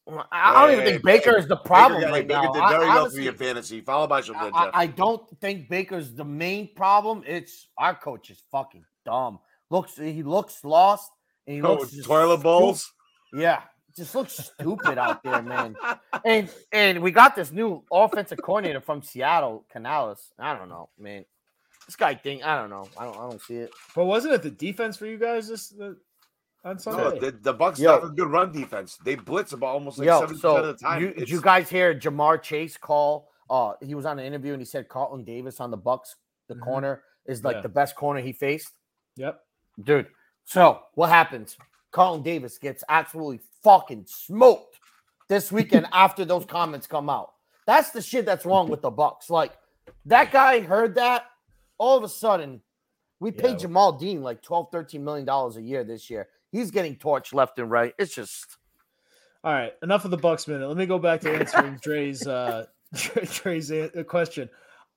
[SPEAKER 3] I, I don't even
[SPEAKER 2] Hey,
[SPEAKER 3] think Baker is the problem
[SPEAKER 2] Baker, got-
[SPEAKER 3] right
[SPEAKER 2] Baker
[SPEAKER 3] now.
[SPEAKER 2] did
[SPEAKER 3] I-
[SPEAKER 2] very well for
[SPEAKER 3] honestly,
[SPEAKER 2] your fantasy, followed by Jabril
[SPEAKER 3] I,
[SPEAKER 2] Jeff.
[SPEAKER 3] I don't think Baker's the main problem. It's our coach is fucking dumb. Looks he looks lost and he
[SPEAKER 2] Oh,
[SPEAKER 3] looks just
[SPEAKER 2] toilet
[SPEAKER 3] stu-
[SPEAKER 2] bowls.
[SPEAKER 3] Yeah, just looks stupid out there, man. And and we got this new offensive coordinator from Seattle, Canales. I don't know, man. This guy thing, I don't know. I don't I don't see it.
[SPEAKER 1] But wasn't it the defense for you guys this the, on
[SPEAKER 2] No,
[SPEAKER 1] Sunday?
[SPEAKER 2] the, the Bucks
[SPEAKER 3] Yo.
[SPEAKER 2] have a good run defense. They blitz about almost like
[SPEAKER 3] Yo,
[SPEAKER 2] seventy percent
[SPEAKER 3] so
[SPEAKER 2] of the time.
[SPEAKER 3] you, did
[SPEAKER 2] It's-
[SPEAKER 3] you guys hear Jamar Chase call? Uh, he was on an interview and he said Carlton Davis on the Bucks, the
[SPEAKER 1] Mhm.
[SPEAKER 2] Mm-hmm.
[SPEAKER 3] corner is like
[SPEAKER 1] Yeah.
[SPEAKER 3] the best corner he faced.
[SPEAKER 1] yep.
[SPEAKER 3] dude. So what happens? Carlton Davis gets absolutely fucking smoked this weekend after those comments come out. That's the shit that's wrong with the Bucks. Like that guy heard that, all of a sudden, we
[SPEAKER 1] Yeah,
[SPEAKER 3] paid
[SPEAKER 1] we-
[SPEAKER 3] Jamal Dean like 12, 13 million dollars a year this year. He's getting torched left and right. It's just
[SPEAKER 1] All right, enough of the Bucks minute. Let me go back to answering Dre's uh, Dre's an- uh, question.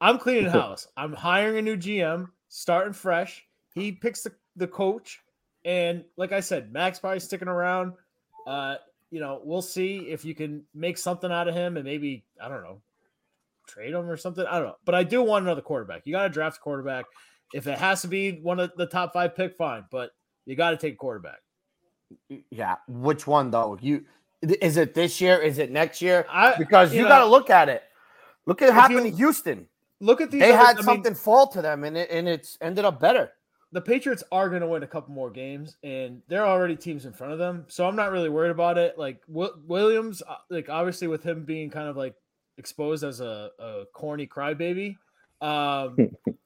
[SPEAKER 1] I'm cleaning house. I'm hiring a new GM, starting fresh. He picks the, the coach, and like I said, Max probably sticking around. Uh, you know, we'll see if you can make something out of him, and maybe I don't know, trade him or something. I don't know, but I do want another quarterback. You got to draft a quarterback. If it has to be one of the top five pick, fine, but you got to take a quarterback.
[SPEAKER 3] yeah. Which one though? You is it this year? Is it next year?
[SPEAKER 1] I
[SPEAKER 3] Because you,
[SPEAKER 1] know,
[SPEAKER 3] got to look at it. Look at what happened
[SPEAKER 1] you-
[SPEAKER 3] to Houston.
[SPEAKER 1] look at these.
[SPEAKER 3] They
[SPEAKER 1] other- I
[SPEAKER 3] had
[SPEAKER 1] mean,
[SPEAKER 3] something fall to them, and it and it's ended up better.
[SPEAKER 1] the Patriots are going to win a couple more games, and they're already teams in front of them. So I'm not really worried about it. Like Wi- Williams, uh, like obviously with him being kind of like exposed as a, a corny crybaby, um,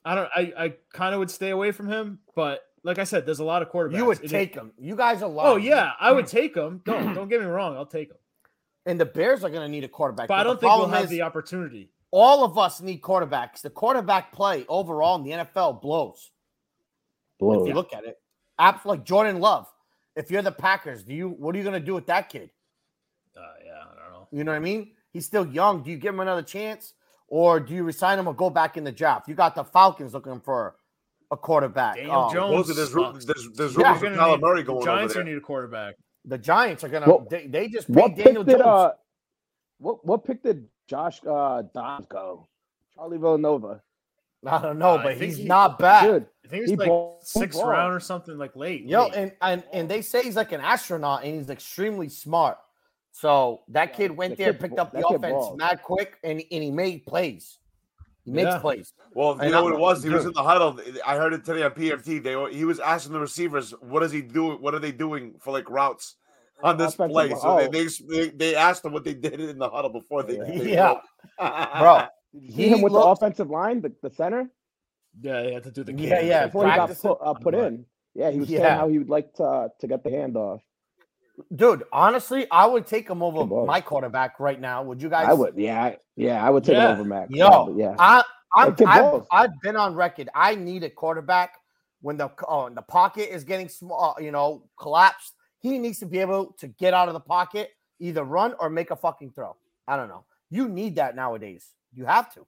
[SPEAKER 1] I don't. I, I kind of would stay away from him. But like I said, there's a lot of quarterbacks.
[SPEAKER 3] You would
[SPEAKER 1] and it-
[SPEAKER 3] take them. You guys are lying.
[SPEAKER 1] Oh yeah, I would take him. Don't don't get me wrong. I'll take him.
[SPEAKER 3] And the Bears are going to need a quarterback.
[SPEAKER 1] But I
[SPEAKER 3] the
[SPEAKER 1] don't think we'll
[SPEAKER 3] problem
[SPEAKER 1] have
[SPEAKER 3] is
[SPEAKER 1] the opportunity.
[SPEAKER 3] all of us need quarterbacks. The quarterback play overall in the NFL blows. If
[SPEAKER 4] Blows.
[SPEAKER 3] you look at it, apps like Jordan Love. If you're the Packers, do you what are you going to do with that kid?
[SPEAKER 1] Uh, yeah, I don't know.
[SPEAKER 3] You know what I mean? He's still young. Do you give him another chance, or do you resign him or go back in the draft? You got the Falcons looking for a quarterback.
[SPEAKER 1] Daniel
[SPEAKER 3] Um,
[SPEAKER 1] Jones.
[SPEAKER 2] Well, there's ru-
[SPEAKER 1] sucks.
[SPEAKER 2] there's there's
[SPEAKER 3] Yeah.
[SPEAKER 2] rumors
[SPEAKER 1] You're gonna
[SPEAKER 2] of Kyler
[SPEAKER 1] need-
[SPEAKER 2] Murray
[SPEAKER 1] the
[SPEAKER 2] going over
[SPEAKER 1] Giants
[SPEAKER 2] there.
[SPEAKER 1] are need a quarterback.
[SPEAKER 3] The Giants are going to.
[SPEAKER 4] Well,
[SPEAKER 3] They, they just paid
[SPEAKER 4] What
[SPEAKER 3] Daniel
[SPEAKER 4] pick
[SPEAKER 3] Jones.
[SPEAKER 4] did uh, what what pick did Josh uh Dobbs go? Charlie Villanova.
[SPEAKER 3] I don't know,
[SPEAKER 1] Uh, I
[SPEAKER 3] but
[SPEAKER 1] think
[SPEAKER 3] he's
[SPEAKER 1] he-
[SPEAKER 3] not bad.
[SPEAKER 4] Dude,
[SPEAKER 1] I think it's
[SPEAKER 4] He
[SPEAKER 1] like
[SPEAKER 4] balled- he
[SPEAKER 1] sixth
[SPEAKER 4] balled.
[SPEAKER 1] round or something like late.
[SPEAKER 3] Yo,
[SPEAKER 1] late.
[SPEAKER 3] and, and and they say he's like an astronaut and he's extremely smart. So that
[SPEAKER 4] Yeah,
[SPEAKER 3] kid went
[SPEAKER 4] that
[SPEAKER 3] there,
[SPEAKER 4] kid
[SPEAKER 3] picked
[SPEAKER 4] ball-
[SPEAKER 3] up the
[SPEAKER 4] that kid
[SPEAKER 3] offense
[SPEAKER 4] balls.
[SPEAKER 3] mad quick, and, and he made plays. He makes
[SPEAKER 1] Yeah.
[SPEAKER 3] plays.
[SPEAKER 2] Well, you
[SPEAKER 3] And
[SPEAKER 2] know
[SPEAKER 3] I'm
[SPEAKER 2] what it
[SPEAKER 3] like,
[SPEAKER 2] was? He was
[SPEAKER 3] dude.
[SPEAKER 2] in the huddle. I heard it today on PFT. They were, he was asking the receivers, "What is he doing? What are they doing for like routes on this
[SPEAKER 4] Offensive
[SPEAKER 2] play?" So they,
[SPEAKER 4] line.
[SPEAKER 2] they s- they they asked him what they did in the huddle before they. they
[SPEAKER 3] Oh. Yeah, bro.
[SPEAKER 4] Did you
[SPEAKER 3] He
[SPEAKER 4] see him with
[SPEAKER 3] looked-
[SPEAKER 4] the offensive line, the, the center?
[SPEAKER 1] Yeah, they had to do the
[SPEAKER 3] Yeah,
[SPEAKER 1] game.
[SPEAKER 3] yeah,
[SPEAKER 4] That's what he got
[SPEAKER 3] practice
[SPEAKER 4] put, uh, put in. Yeah, he was
[SPEAKER 3] Yeah.
[SPEAKER 4] saying how he would like to uh, to get the handoff.
[SPEAKER 3] Dude, honestly, I would take him over
[SPEAKER 4] Good ball.
[SPEAKER 3] my quarterback right now. Would you guys?
[SPEAKER 4] I would, yeah, I, yeah, I would take
[SPEAKER 1] Yeah.
[SPEAKER 4] him over Max.
[SPEAKER 3] Yo,
[SPEAKER 4] yeah,
[SPEAKER 3] I, I'm,
[SPEAKER 4] That kid
[SPEAKER 3] I've,
[SPEAKER 4] balls.
[SPEAKER 3] I've been on record. I need a quarterback when the oh, and the pocket is getting small, you know, collapsed, he needs to be able to get out of the pocket, either run or make a fucking throw. I don't know. You need that nowadays. You have to.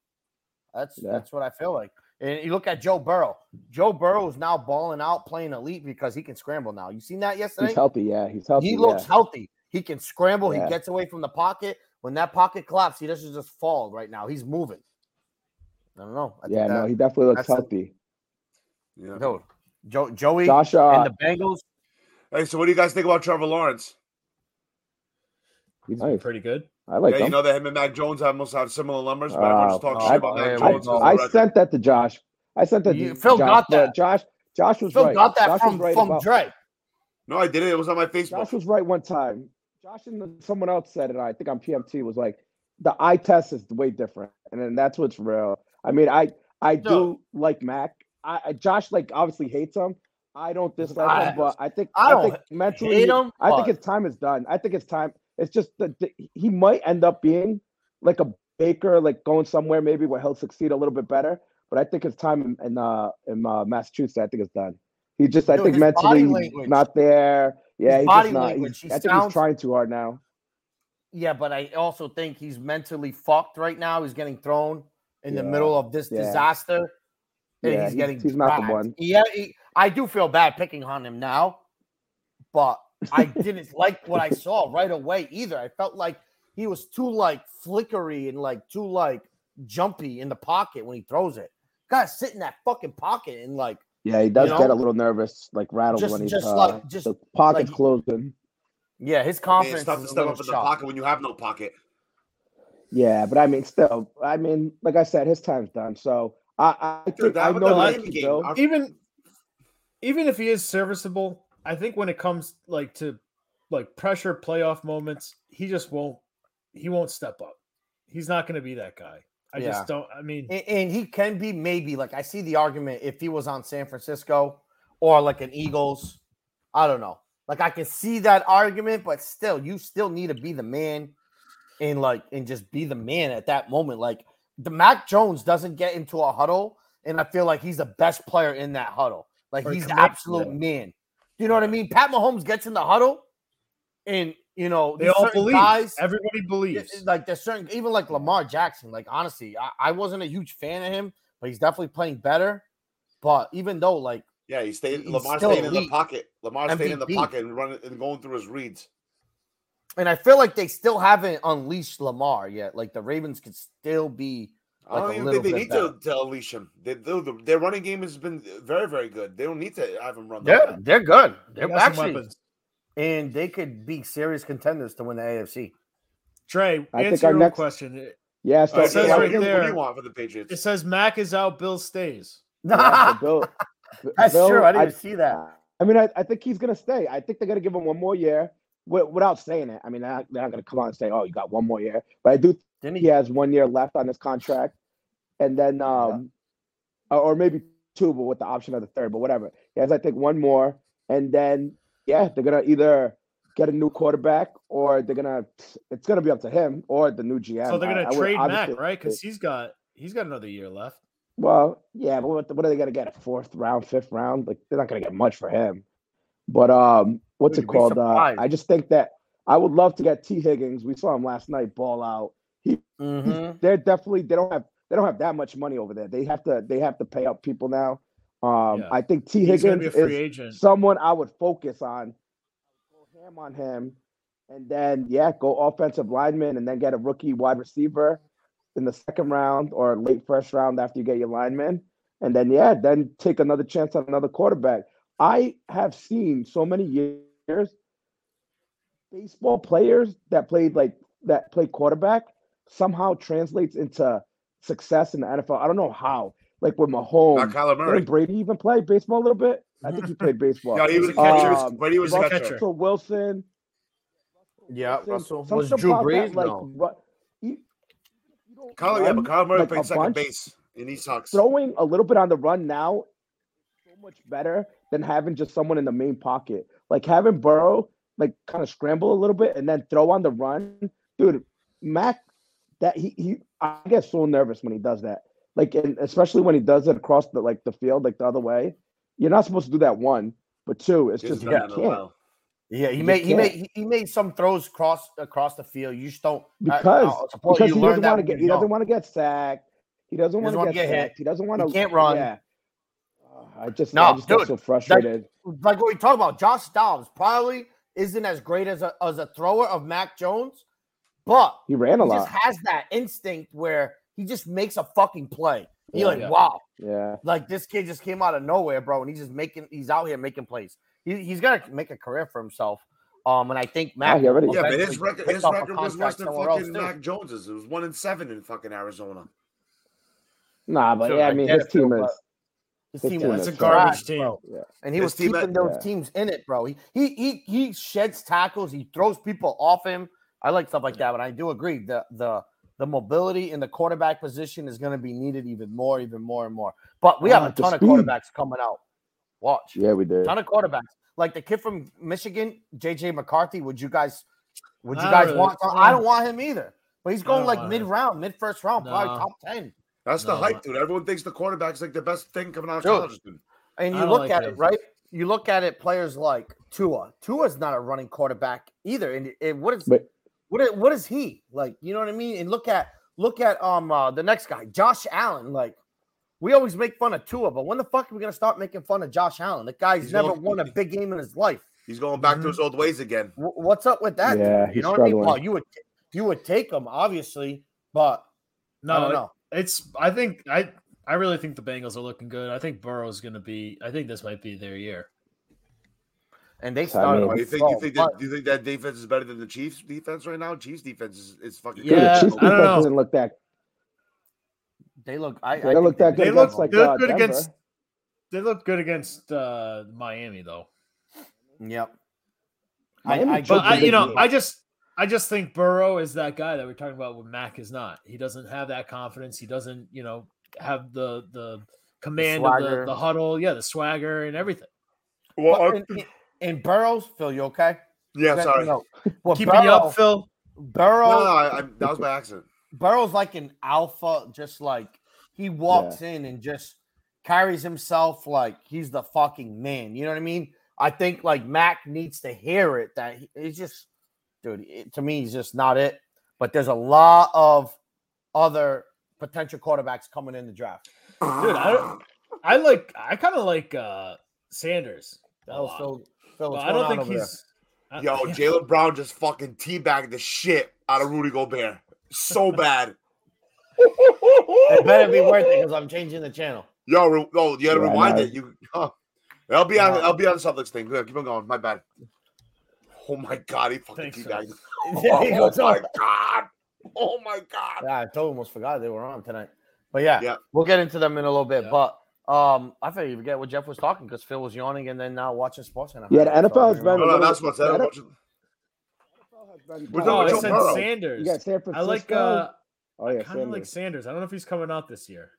[SPEAKER 3] That's
[SPEAKER 4] Yeah.
[SPEAKER 3] that's what I feel like. And you look at Joe Burrow. Joe Burrow is now balling out, playing elite because he can scramble now. You seen that yesterday?
[SPEAKER 4] He's healthy. Yeah, he's healthy.
[SPEAKER 3] he looks
[SPEAKER 4] yeah.
[SPEAKER 3] healthy. He can scramble.
[SPEAKER 4] Yeah.
[SPEAKER 3] He gets away from the pocket. When that pocket collapses, he doesn't just fall right now. He's moving. I don't know. I
[SPEAKER 4] yeah,
[SPEAKER 3] that,
[SPEAKER 4] no, he definitely looks
[SPEAKER 3] that's a-
[SPEAKER 4] healthy.
[SPEAKER 2] Yeah.
[SPEAKER 3] dude, Joe, Joey
[SPEAKER 4] Josh,
[SPEAKER 3] and
[SPEAKER 4] uh,
[SPEAKER 3] the Bengals.
[SPEAKER 2] Hey, so what do you guys think about Trevor Lawrence?
[SPEAKER 4] he's
[SPEAKER 1] He's been
[SPEAKER 4] nice.
[SPEAKER 1] pretty good.
[SPEAKER 4] I like
[SPEAKER 2] yeah, you
[SPEAKER 4] him.
[SPEAKER 2] know that him and Mac Jones almost have similar numbers, but everyone just
[SPEAKER 4] Oh,
[SPEAKER 2] talks
[SPEAKER 3] oh,
[SPEAKER 2] shit about
[SPEAKER 3] I-
[SPEAKER 2] Mac
[SPEAKER 3] I-
[SPEAKER 2] Jones.
[SPEAKER 4] I,
[SPEAKER 2] on the
[SPEAKER 4] I
[SPEAKER 2] record.
[SPEAKER 4] sent that to Josh. I sent that.
[SPEAKER 3] You-
[SPEAKER 4] to
[SPEAKER 3] Phil
[SPEAKER 4] Josh,
[SPEAKER 3] got
[SPEAKER 4] but
[SPEAKER 3] that.
[SPEAKER 4] Josh. Josh was
[SPEAKER 3] Phil
[SPEAKER 4] right.
[SPEAKER 3] got that
[SPEAKER 4] Josh
[SPEAKER 3] from,
[SPEAKER 4] was right
[SPEAKER 3] from
[SPEAKER 4] about-
[SPEAKER 3] Dre.
[SPEAKER 2] no, I didn't. It was on my Facebook.
[SPEAKER 4] Josh was right one time. Josh and someone else said it. and I think on PMT was like the eye test is way different, and then that's what's real. I mean, I I do like Mac. I, I Josh like obviously hates him. I don't dislike
[SPEAKER 3] I-
[SPEAKER 4] him, but I think
[SPEAKER 3] I
[SPEAKER 4] I,
[SPEAKER 3] don't
[SPEAKER 4] think mentally,
[SPEAKER 3] hate him,
[SPEAKER 4] I
[SPEAKER 3] but-
[SPEAKER 4] think his time is done. I think his time. It's just that th- he might end up being like a Baker, like going somewhere maybe where he'll succeed a little bit better. But I think his time in in, uh, in uh, Massachusetts, I think is done. He just, I
[SPEAKER 3] Dude,
[SPEAKER 4] think
[SPEAKER 3] his body
[SPEAKER 4] mentally, he's
[SPEAKER 3] language.
[SPEAKER 4] not there. Yeah, he's
[SPEAKER 3] body
[SPEAKER 4] just not.
[SPEAKER 3] language,
[SPEAKER 4] he's-
[SPEAKER 3] he
[SPEAKER 4] I think he's
[SPEAKER 3] sounds-
[SPEAKER 4] trying too hard now.
[SPEAKER 3] Yeah, but I also think he's mentally fucked right now. He's getting thrown in the
[SPEAKER 4] Yeah,
[SPEAKER 3] middle of this
[SPEAKER 4] yeah.
[SPEAKER 3] disaster. and
[SPEAKER 4] Yeah,
[SPEAKER 3] he's
[SPEAKER 4] he's-
[SPEAKER 3] getting
[SPEAKER 4] he's not the
[SPEAKER 3] dragged.
[SPEAKER 4] one.
[SPEAKER 3] Yeah, he- I do feel bad picking on him now, but I didn't like what I saw right away either. I felt like he was too like flickery and like too like jumpy in the pocket when he throws it. Gotta sit in that fucking pocket and like
[SPEAKER 4] Yeah, he does
[SPEAKER 3] You
[SPEAKER 4] get
[SPEAKER 3] know?
[SPEAKER 4] a little nervous, like rattled
[SPEAKER 3] Just-
[SPEAKER 4] when he's
[SPEAKER 3] just
[SPEAKER 4] uh,
[SPEAKER 3] like- just
[SPEAKER 4] the pocket's
[SPEAKER 3] like-
[SPEAKER 4] closing.
[SPEAKER 3] yeah, his
[SPEAKER 2] I mean,
[SPEAKER 3] confidence.
[SPEAKER 2] it's tough
[SPEAKER 3] is
[SPEAKER 2] to
[SPEAKER 3] a
[SPEAKER 2] step
[SPEAKER 3] little
[SPEAKER 2] up in the
[SPEAKER 3] shot.
[SPEAKER 2] pocket when you have no pocket.
[SPEAKER 4] Yeah, but I mean, still, I mean, like I said, his time's done. So I, I think
[SPEAKER 2] Dude, that
[SPEAKER 4] I
[SPEAKER 2] was
[SPEAKER 4] know
[SPEAKER 2] the
[SPEAKER 4] that
[SPEAKER 2] Miami
[SPEAKER 4] he
[SPEAKER 2] game.
[SPEAKER 4] will.
[SPEAKER 2] Our-
[SPEAKER 1] Even even if he is serviceable, I think when it comes like to like pressure playoff moments, he just won't he won't step up. He's not going to be that guy. I
[SPEAKER 3] Yeah.
[SPEAKER 1] just don't. I mean,
[SPEAKER 3] And, and he can be maybe like I see the argument if he was on San Francisco or like an Eagles. I don't know. Like I can see that argument, but still, you still need to be the man and like and just be the man at that moment. Like the Mac Jones doesn't get into a huddle, and I feel like he's the best player in that huddle. Like
[SPEAKER 1] Or
[SPEAKER 3] he's the
[SPEAKER 1] commit-
[SPEAKER 3] absolute man. You know what I mean? Pat Mahomes gets in the huddle, and you know
[SPEAKER 1] they
[SPEAKER 3] these
[SPEAKER 1] all
[SPEAKER 3] certain
[SPEAKER 1] believe.
[SPEAKER 3] guys-
[SPEAKER 1] Everybody
[SPEAKER 3] yeah,
[SPEAKER 1] believes.
[SPEAKER 3] Like there's certain even like Lamar Jackson. Like honestly, I, I wasn't a huge fan of him, but he's definitely playing better. But even though like
[SPEAKER 2] Yeah, he stayed.
[SPEAKER 3] He's
[SPEAKER 2] Lamar
[SPEAKER 3] still
[SPEAKER 2] stayed in the
[SPEAKER 3] elite.
[SPEAKER 2] pocket. Lamar stayed in the
[SPEAKER 3] MVP.
[SPEAKER 2] pocket and running and going through his reads.
[SPEAKER 3] and I feel like they still haven't unleashed Lamar yet. Like the Ravens could still be
[SPEAKER 2] I
[SPEAKER 3] Like
[SPEAKER 2] don't
[SPEAKER 3] a
[SPEAKER 2] even
[SPEAKER 3] little
[SPEAKER 2] think they
[SPEAKER 3] bit
[SPEAKER 2] need to, to unleash him. They, they, their running game has been very, very good. They don't need to have him run. like
[SPEAKER 3] they're
[SPEAKER 2] that.
[SPEAKER 3] they're good.
[SPEAKER 1] They
[SPEAKER 3] They're
[SPEAKER 1] got some
[SPEAKER 3] actually
[SPEAKER 1] weapons.
[SPEAKER 3] and they could be serious contenders to win the AFC.
[SPEAKER 1] Trey,
[SPEAKER 4] I think
[SPEAKER 1] answer
[SPEAKER 4] our
[SPEAKER 1] your own
[SPEAKER 4] next-
[SPEAKER 1] question. It-
[SPEAKER 4] Yeah, so
[SPEAKER 2] All right,
[SPEAKER 1] says
[SPEAKER 2] so
[SPEAKER 1] right
[SPEAKER 2] what, do you, what do
[SPEAKER 1] there-
[SPEAKER 2] you want for the
[SPEAKER 1] It
[SPEAKER 2] Patriots?
[SPEAKER 1] says Mac is out, Bill stays.
[SPEAKER 4] yeah, so Bill,
[SPEAKER 3] That's
[SPEAKER 4] Bill,
[SPEAKER 3] true. I didn't
[SPEAKER 4] I-
[SPEAKER 3] even see that.
[SPEAKER 4] I mean, I, I think he's gonna stay. I think they're gonna give him one more year wi- without saying it. I mean, they're not, they're not gonna come out and say, "Oh, you got one more year." But I do
[SPEAKER 3] Didn't
[SPEAKER 4] he
[SPEAKER 3] he?
[SPEAKER 4] has one year left on his contract, and then um, or- or maybe two, but with the option of the third, but whatever. He has, I think, one more, and then yeah, they're gonna either get a new quarterback or they're gonna. It's gonna be up to him or the new GM.
[SPEAKER 1] so they're
[SPEAKER 4] I-
[SPEAKER 1] going
[SPEAKER 4] I
[SPEAKER 1] to
[SPEAKER 4] would
[SPEAKER 1] trade Mac,
[SPEAKER 4] obviously-
[SPEAKER 1] right? Because he's got he's got another year left.
[SPEAKER 4] well, yeah, but what, what are they gonna get? A fourth round, fifth round? Like they're not gonna get much for him. But um, what's
[SPEAKER 3] Dude,
[SPEAKER 4] it
[SPEAKER 3] you'd be
[SPEAKER 4] called? Uh,
[SPEAKER 3] surprised.
[SPEAKER 4] I just think that I would love to get T Higgins. We saw him last night ball out.
[SPEAKER 3] Mhm.
[SPEAKER 4] they're definitely they don't have they don't have that much money over there. They have to they have to pay up people now. Um,
[SPEAKER 1] Yeah.
[SPEAKER 4] I think T
[SPEAKER 1] He's going to
[SPEAKER 4] Higgins
[SPEAKER 1] be a free
[SPEAKER 4] is
[SPEAKER 1] agent.
[SPEAKER 4] someone I would focus on. Go ham on him, and then yeah, go offensive lineman, and then get a rookie wide receiver in the second round or late first round after you get your lineman, and then yeah, then take another chance on another quarterback. I have seen so many years baseball players that played like that play quarterback somehow translates into success in the NFL. I don't know how. Like with
[SPEAKER 2] Not
[SPEAKER 4] Mahomes,
[SPEAKER 2] Kyler
[SPEAKER 4] didn't
[SPEAKER 2] Murray.
[SPEAKER 4] Brady even play baseball a little bit? I think he played baseball.
[SPEAKER 2] Yeah, he was a
[SPEAKER 1] Um,
[SPEAKER 2] catcher. He was- Brady was a
[SPEAKER 4] Russell
[SPEAKER 2] catcher.
[SPEAKER 4] Wilson.
[SPEAKER 3] Yeah,
[SPEAKER 4] Wilson,
[SPEAKER 3] Russell.
[SPEAKER 4] something
[SPEAKER 3] Was Drew
[SPEAKER 4] about
[SPEAKER 3] Brees?
[SPEAKER 4] that, like
[SPEAKER 3] No.
[SPEAKER 4] what? You, you don't
[SPEAKER 2] Kyler, yeah,
[SPEAKER 4] run,
[SPEAKER 2] but Kyler Murray
[SPEAKER 4] like, a
[SPEAKER 2] played second
[SPEAKER 4] bunch.
[SPEAKER 2] base in East Hawks.
[SPEAKER 4] Throwing a little bit on the run now, is so much better than having just someone in the main pocket. Like having Burrow like kind of scramble a little bit and then throw on the run, dude. Mac, that he he, I get so nervous when he does that. Like and especially when he does it across the like the field, like the other way. You're not supposed to do that one, but two, it's
[SPEAKER 2] There's
[SPEAKER 4] just
[SPEAKER 2] nothing
[SPEAKER 4] you can't.
[SPEAKER 2] allowed.
[SPEAKER 3] Yeah, he
[SPEAKER 4] You
[SPEAKER 3] made he
[SPEAKER 4] can't.
[SPEAKER 3] made he- he made some throws across across the field. You just don't I-
[SPEAKER 4] Because-
[SPEAKER 3] I'll support
[SPEAKER 4] because
[SPEAKER 3] you
[SPEAKER 4] he
[SPEAKER 3] learned
[SPEAKER 4] doesn't
[SPEAKER 3] that
[SPEAKER 4] want to
[SPEAKER 3] when
[SPEAKER 4] get
[SPEAKER 3] you're
[SPEAKER 4] he doesn't
[SPEAKER 3] young.
[SPEAKER 4] want to get sacked. He doesn't want
[SPEAKER 3] doesn't
[SPEAKER 4] to
[SPEAKER 3] wanna
[SPEAKER 4] get,
[SPEAKER 3] get hit.
[SPEAKER 4] sacked. He doesn't want to.
[SPEAKER 3] can't run.
[SPEAKER 4] Yeah. Oh, I just I
[SPEAKER 3] No,
[SPEAKER 4] just
[SPEAKER 3] dude,
[SPEAKER 4] got so frustrated.
[SPEAKER 3] like what we talk about, Josh Dobbs probably isn't as great as a as a thrower of Mac Jones, but
[SPEAKER 4] he ran a
[SPEAKER 3] he
[SPEAKER 4] lot.
[SPEAKER 3] just has that instinct where he just makes a fucking play. You're
[SPEAKER 4] Yeah.
[SPEAKER 3] like, wow,
[SPEAKER 4] yeah.
[SPEAKER 3] like this kid just came out of nowhere, bro, and he's just making he's out here making plays. He, he's gonna make a career for himself. Um, and I think Mac.
[SPEAKER 4] he already-
[SPEAKER 3] will
[SPEAKER 2] Yeah, but his
[SPEAKER 3] eventually
[SPEAKER 2] record,
[SPEAKER 3] pick
[SPEAKER 2] his
[SPEAKER 3] up a
[SPEAKER 2] record was worse
[SPEAKER 3] contract
[SPEAKER 2] than
[SPEAKER 3] somewhere else,
[SPEAKER 2] fucking
[SPEAKER 3] too.
[SPEAKER 2] Mac Jones's. It was one in seven in fucking Arizona.
[SPEAKER 4] Nah, but
[SPEAKER 3] Dude,
[SPEAKER 4] yeah, I
[SPEAKER 3] I
[SPEAKER 4] mean
[SPEAKER 3] get
[SPEAKER 4] his
[SPEAKER 3] it,
[SPEAKER 4] team
[SPEAKER 3] too,
[SPEAKER 4] is
[SPEAKER 3] but- His
[SPEAKER 4] His
[SPEAKER 3] team
[SPEAKER 4] team
[SPEAKER 3] was
[SPEAKER 1] That's a
[SPEAKER 4] That's
[SPEAKER 1] garbage
[SPEAKER 3] trash,
[SPEAKER 1] team.
[SPEAKER 3] bro. and he
[SPEAKER 2] His
[SPEAKER 3] was
[SPEAKER 2] team-
[SPEAKER 3] keeping those
[SPEAKER 4] yeah.
[SPEAKER 3] teams in it, bro. He he he he sheds tackles. He throws people off him. I like stuff like that, but I do agree the the the mobility in the quarterback position is going to be needed even more, even more and more. But we
[SPEAKER 4] I
[SPEAKER 3] have a
[SPEAKER 4] like the
[SPEAKER 3] ton of
[SPEAKER 4] speed.
[SPEAKER 3] quarterbacks coming out. Watch
[SPEAKER 4] yeah, we did.
[SPEAKER 3] ton of quarterbacks like the kid from Michigan, JJ McCarthy. Would you guys? Would you
[SPEAKER 1] I
[SPEAKER 3] guys
[SPEAKER 1] really-
[SPEAKER 3] want?
[SPEAKER 1] I
[SPEAKER 3] I don't
[SPEAKER 1] don't-
[SPEAKER 3] want him either. But he's
[SPEAKER 1] I
[SPEAKER 3] going
[SPEAKER 1] don't
[SPEAKER 3] like
[SPEAKER 1] want him.
[SPEAKER 3] mid round, mid first round, probably
[SPEAKER 1] No.
[SPEAKER 3] top ten.
[SPEAKER 2] That's the
[SPEAKER 1] No.
[SPEAKER 2] hype, dude. Everyone thinks the quarterback's like the best thing coming out of
[SPEAKER 3] Dude.
[SPEAKER 2] college, dude.
[SPEAKER 3] And
[SPEAKER 1] I
[SPEAKER 3] you
[SPEAKER 1] don't
[SPEAKER 3] look
[SPEAKER 1] like
[SPEAKER 3] at
[SPEAKER 1] him.
[SPEAKER 3] it, right? You look at it, players like Tua. Tua's not a running quarterback either. And, and what is
[SPEAKER 4] But-
[SPEAKER 3] what is, what is he like? You know what I mean? And look at look at um uh, the next guy, Josh Allen. Like we always make fun of Tua, but when the fuck are we gonna start making fun of Josh Allen? The guy's
[SPEAKER 2] He's
[SPEAKER 3] never
[SPEAKER 2] going-
[SPEAKER 3] won a big game in his life.
[SPEAKER 2] He's going back
[SPEAKER 1] Mhm.
[SPEAKER 2] to his old ways again.
[SPEAKER 3] Wh- what's up with that? dude?
[SPEAKER 4] Yeah,
[SPEAKER 3] you
[SPEAKER 4] he's
[SPEAKER 3] know what I mean.
[SPEAKER 4] struggling.
[SPEAKER 3] Well, you would you would take him obviously, but I
[SPEAKER 1] No,
[SPEAKER 3] don't
[SPEAKER 1] it-
[SPEAKER 3] know.
[SPEAKER 1] it's. I think I. I really think the Bengals are looking good. I think Burrow's going to be. I think this might be their year.
[SPEAKER 3] And they
[SPEAKER 4] So, I
[SPEAKER 3] started.
[SPEAKER 4] mean-
[SPEAKER 2] Why,
[SPEAKER 3] off
[SPEAKER 2] you think you
[SPEAKER 3] slow,
[SPEAKER 2] think
[SPEAKER 3] but-
[SPEAKER 2] that you think that defense is better than the Chiefs' defense right now? Chiefs' defense is, is fucking
[SPEAKER 4] Dude, the
[SPEAKER 1] Yeah,
[SPEAKER 4] Chiefs
[SPEAKER 1] I don't
[SPEAKER 4] defense
[SPEAKER 1] know.
[SPEAKER 4] didn't look that.
[SPEAKER 3] They look. I,
[SPEAKER 4] They
[SPEAKER 3] I
[SPEAKER 4] don't
[SPEAKER 3] think
[SPEAKER 4] look that good
[SPEAKER 1] They
[SPEAKER 3] did
[SPEAKER 1] look
[SPEAKER 4] against
[SPEAKER 3] well.
[SPEAKER 4] like
[SPEAKER 1] they look
[SPEAKER 4] uh,
[SPEAKER 1] good
[SPEAKER 4] Denver.
[SPEAKER 1] against. They look good against uh, Miami though.
[SPEAKER 3] Yep.
[SPEAKER 4] Miami
[SPEAKER 3] I, I,
[SPEAKER 4] choked
[SPEAKER 1] But
[SPEAKER 4] Children
[SPEAKER 1] I,
[SPEAKER 4] big
[SPEAKER 1] you know,
[SPEAKER 4] year.
[SPEAKER 1] I just, I just think Burrow is that guy that we're talking about. When Mac is not, he doesn't have that confidence. He doesn't, you know, have the the command of the,
[SPEAKER 3] swagger.
[SPEAKER 1] the huddle. Yeah, the swagger and everything.
[SPEAKER 2] Well,
[SPEAKER 3] But
[SPEAKER 2] I-
[SPEAKER 3] in, in, in Burrows, Phil, you okay?
[SPEAKER 2] yeah,
[SPEAKER 3] That-
[SPEAKER 2] sorry. No,
[SPEAKER 3] No. Well,
[SPEAKER 1] Keeping you up, Phil.
[SPEAKER 2] no,
[SPEAKER 3] Burrow,
[SPEAKER 2] I, I, that was by accident.
[SPEAKER 3] Burrow's like an alpha, just like he walks in and just carries himself like he's the fucking man. You know what I mean? I think like Mac needs to hear it that he, he's just, dude, it, to me, he's just not it. But there's a lot of other potential quarterbacks coming in the draft.
[SPEAKER 1] Dude, I don't- I like. I kind of like uh Sanders. a
[SPEAKER 3] That was
[SPEAKER 1] lot.
[SPEAKER 3] Phil. Phil,
[SPEAKER 1] But
[SPEAKER 3] what's
[SPEAKER 1] I
[SPEAKER 3] going
[SPEAKER 1] don't think
[SPEAKER 3] on over there?
[SPEAKER 1] he's. uh, I-
[SPEAKER 2] Yo, Jalen Brown just fucking teabagged the shit out of Rudy Gobert. So bad.
[SPEAKER 3] It better be worth it because I'm changing the channel.
[SPEAKER 2] Yo, re- oh, you gotta
[SPEAKER 4] Yeah, I
[SPEAKER 2] rewind
[SPEAKER 4] know.
[SPEAKER 2] it. You, huh. I'll be on.
[SPEAKER 3] Yeah.
[SPEAKER 2] I'll be on Celtics thing. Go ahead, Keep on going. My bad. Oh my god, he fucking
[SPEAKER 1] Thanks,
[SPEAKER 2] teabagged.
[SPEAKER 1] Phil.
[SPEAKER 2] Oh,
[SPEAKER 3] He goes
[SPEAKER 2] my
[SPEAKER 3] on.
[SPEAKER 2] god. Oh my god.
[SPEAKER 3] Yeah, I totally almost forgot they were on tonight. But yeah,
[SPEAKER 2] Yeah.
[SPEAKER 3] we'll get into them in a little bit.
[SPEAKER 1] Yeah.
[SPEAKER 3] But um, I think you forget what Jeff was talking because Phil was yawning and then now watching sports.
[SPEAKER 4] Yeah, the NFL has been-
[SPEAKER 2] No, no, that's what's
[SPEAKER 4] Better?
[SPEAKER 2] that.
[SPEAKER 1] No,
[SPEAKER 2] We're
[SPEAKER 3] Oh,
[SPEAKER 2] talking
[SPEAKER 1] Oh, I
[SPEAKER 2] Joe
[SPEAKER 1] said
[SPEAKER 2] Burrow.
[SPEAKER 4] You
[SPEAKER 1] Sanders.
[SPEAKER 4] got San Francisco.
[SPEAKER 1] I like. uh
[SPEAKER 4] oh yeah,
[SPEAKER 1] Kind of like
[SPEAKER 4] Sanders.
[SPEAKER 1] Sanders. I don't know if he's coming out this year.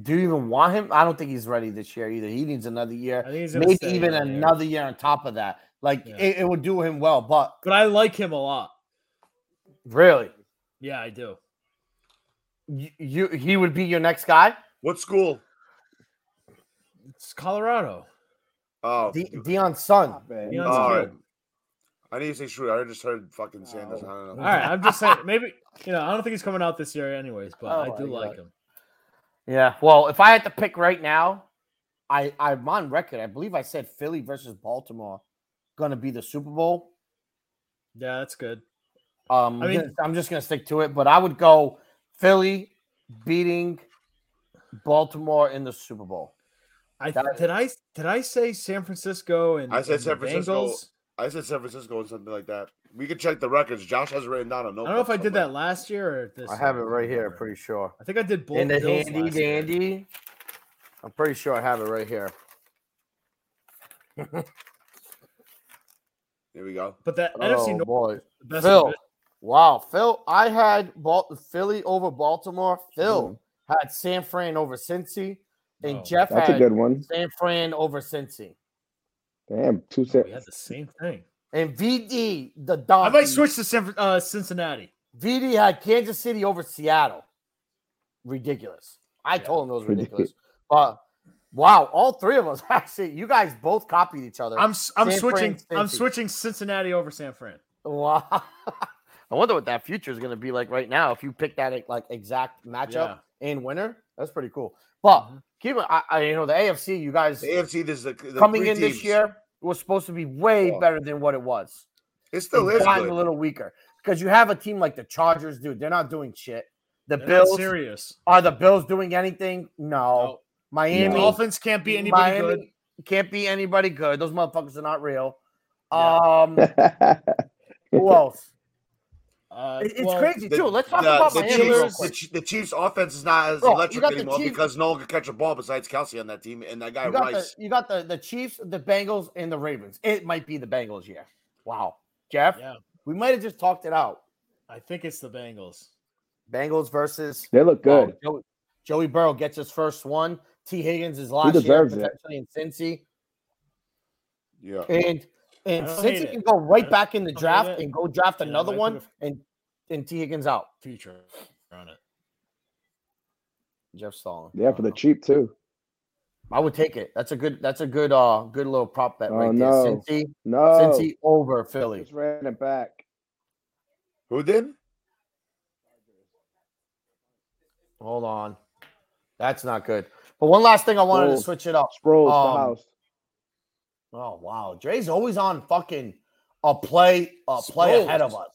[SPEAKER 3] Do you even want him? I don't think he's ready this year either. He needs another
[SPEAKER 1] I
[SPEAKER 3] year,
[SPEAKER 1] think he's gonna
[SPEAKER 3] maybe
[SPEAKER 1] stay
[SPEAKER 3] even
[SPEAKER 1] out there.
[SPEAKER 3] another year on top of that. Like
[SPEAKER 1] Yeah.
[SPEAKER 3] it, it would do him well. But
[SPEAKER 1] But I like him a lot.
[SPEAKER 3] really,
[SPEAKER 1] Yeah, I do.
[SPEAKER 3] you, you he would be your next guy.
[SPEAKER 2] What school?
[SPEAKER 1] It's Colorado.
[SPEAKER 2] Oh,
[SPEAKER 3] De- Deion Sun.
[SPEAKER 4] Stop it.
[SPEAKER 1] You know, it's
[SPEAKER 2] all
[SPEAKER 1] a
[SPEAKER 2] right.
[SPEAKER 1] kid.
[SPEAKER 2] I didn't say Schroeder. I just heard fucking Sanders. I don't know.
[SPEAKER 1] All right, I'm just saying maybe you know I don't think he's coming out this year, anyways. But
[SPEAKER 3] Oh
[SPEAKER 1] I do
[SPEAKER 3] my
[SPEAKER 1] like
[SPEAKER 3] God.
[SPEAKER 1] him.
[SPEAKER 3] Yeah. Well, if I had to pick right now, I I'm on record. I believe I said Philly versus Baltimore going to be the Super Bowl.
[SPEAKER 1] Yeah, that's good.
[SPEAKER 3] Um,
[SPEAKER 1] I
[SPEAKER 3] I'm
[SPEAKER 1] mean-
[SPEAKER 3] gonna- I'm just going to stick to it, but I would go Philly beating Baltimore in the Super Bowl.
[SPEAKER 1] I
[SPEAKER 3] That-
[SPEAKER 1] did I did I say San Francisco and
[SPEAKER 2] I said
[SPEAKER 1] and the
[SPEAKER 2] San Francisco.
[SPEAKER 1] Bengals?
[SPEAKER 2] I said San Francisco and something like that. We could check the records. Josh has it written down. I
[SPEAKER 1] I don't know if I did that last year or this.
[SPEAKER 3] I have it
[SPEAKER 1] year.
[SPEAKER 3] right here,
[SPEAKER 1] remember.
[SPEAKER 3] pretty sure.
[SPEAKER 1] I think I did both.
[SPEAKER 3] In the
[SPEAKER 1] Bills
[SPEAKER 3] handy
[SPEAKER 1] last year.
[SPEAKER 3] dandy. I'm pretty sure I have it right here.
[SPEAKER 2] Here we go.
[SPEAKER 1] But that NFC
[SPEAKER 3] Oh
[SPEAKER 1] North
[SPEAKER 3] boy,
[SPEAKER 1] is the best.
[SPEAKER 3] Phil.
[SPEAKER 1] division.
[SPEAKER 3] Wow, Phil, I had Bal- Philly over Baltimore. Phil had San Fran over Cincy,
[SPEAKER 1] Mm-hmm.
[SPEAKER 3] and
[SPEAKER 1] Oh,
[SPEAKER 3] Jeff
[SPEAKER 4] That's
[SPEAKER 3] had
[SPEAKER 4] a good one.
[SPEAKER 3] San Fran over Cincy.
[SPEAKER 4] Damn, two
[SPEAKER 1] oh,
[SPEAKER 4] San.
[SPEAKER 1] we had the same thing.
[SPEAKER 3] And VD, the
[SPEAKER 1] I
[SPEAKER 3] donkey.
[SPEAKER 1] might switch to San, Fran- uh, Cincinnati.
[SPEAKER 3] VD had Kansas City over Seattle. Ridiculous. I
[SPEAKER 1] Yeah.
[SPEAKER 3] told him those
[SPEAKER 4] Ridicu-
[SPEAKER 3] ridiculous. But Wow, all three of us actually. You guys both copied each other.
[SPEAKER 1] I'm s- I'm
[SPEAKER 3] San
[SPEAKER 1] switching
[SPEAKER 3] Fran,
[SPEAKER 1] I'm
[SPEAKER 3] Cincy.
[SPEAKER 1] switching Cincinnati over San Fran.
[SPEAKER 3] Wow. I wonder what that future is going to be like right now if you pick that like exact matchup and winner. That's pretty cool. But
[SPEAKER 1] Mhm.
[SPEAKER 3] keep it. I, I you know the AFC. You guys
[SPEAKER 2] The AFC, this is the, the
[SPEAKER 3] coming
[SPEAKER 2] three
[SPEAKER 3] in this
[SPEAKER 2] teams.
[SPEAKER 3] year was supposed to be way
[SPEAKER 4] Oh.
[SPEAKER 3] better than what it was.
[SPEAKER 2] It
[SPEAKER 3] It's
[SPEAKER 2] still is
[SPEAKER 3] gotten a
[SPEAKER 2] good.
[SPEAKER 3] little weaker because you have a team like the Chargers, dude. They're not doing shit. The
[SPEAKER 1] They're not
[SPEAKER 3] Bills Oh,
[SPEAKER 1] serious.
[SPEAKER 3] are the Bills doing anything? No.
[SPEAKER 1] Nope.
[SPEAKER 3] Miami
[SPEAKER 1] Dolphins can't be anybody
[SPEAKER 3] Miami
[SPEAKER 1] good.
[SPEAKER 3] can't be anybody good. Those motherfuckers are not real.
[SPEAKER 1] Yeah.
[SPEAKER 3] Um, who else?
[SPEAKER 1] Uh,
[SPEAKER 3] It- It's
[SPEAKER 1] well,
[SPEAKER 3] crazy too. Let's talk
[SPEAKER 2] the,
[SPEAKER 3] about
[SPEAKER 2] the
[SPEAKER 3] Miami
[SPEAKER 1] real
[SPEAKER 2] Chiefs,
[SPEAKER 3] real
[SPEAKER 2] the,
[SPEAKER 3] quick.
[SPEAKER 2] Ch- the Chiefs' offense is not as
[SPEAKER 3] Bro, you
[SPEAKER 2] electric
[SPEAKER 3] got the
[SPEAKER 2] anymore
[SPEAKER 3] Chiefs-
[SPEAKER 2] because no one can catch a ball besides Kelsey on that team and that guy
[SPEAKER 3] You got, the,
[SPEAKER 2] Rice.
[SPEAKER 3] you got the the Chiefs, the Bengals, and the Ravens. It might be the Bengals year. Wow, Jeff,
[SPEAKER 1] Yeah.
[SPEAKER 3] we might have just talked it out.
[SPEAKER 1] I think it's the Bengals.
[SPEAKER 3] Bengals versus
[SPEAKER 4] they look
[SPEAKER 3] oh,
[SPEAKER 4] good.
[SPEAKER 3] Joey, Joey Burrow gets his first one. T. Higgins is last year
[SPEAKER 4] deserves it.
[SPEAKER 3] potentially in Cincy,
[SPEAKER 2] Yeah.
[SPEAKER 3] and and
[SPEAKER 1] I don't hate
[SPEAKER 3] Cincy
[SPEAKER 1] it.
[SPEAKER 3] can go right
[SPEAKER 1] I
[SPEAKER 3] back in the
[SPEAKER 1] don't hate
[SPEAKER 3] draft
[SPEAKER 1] it.
[SPEAKER 3] and go draft
[SPEAKER 1] Yeah, I
[SPEAKER 3] another
[SPEAKER 1] might put
[SPEAKER 3] one,
[SPEAKER 1] a-
[SPEAKER 3] and and T. Higgins out.
[SPEAKER 1] Future on it.
[SPEAKER 3] Jeff Stalin.
[SPEAKER 4] Yeah, for the
[SPEAKER 1] Uh-huh.
[SPEAKER 4] cheap too.
[SPEAKER 3] I would take it. That's a good. That's a good. Uh, good little prop bet
[SPEAKER 4] Oh,
[SPEAKER 3] right
[SPEAKER 4] no. Oh.
[SPEAKER 3] there. Cincy,
[SPEAKER 4] No,
[SPEAKER 3] Cincy over Philly.
[SPEAKER 4] just ran it back.
[SPEAKER 2] Who did?
[SPEAKER 3] Hold on. That's not good. But one last thing I wanted to
[SPEAKER 4] Whoa.
[SPEAKER 3] switch it up.
[SPEAKER 4] Sproles
[SPEAKER 3] Um,
[SPEAKER 4] the house.
[SPEAKER 3] Oh wow. Dre's always on fucking a play a play ahead of
[SPEAKER 1] Sproles.
[SPEAKER 3] us.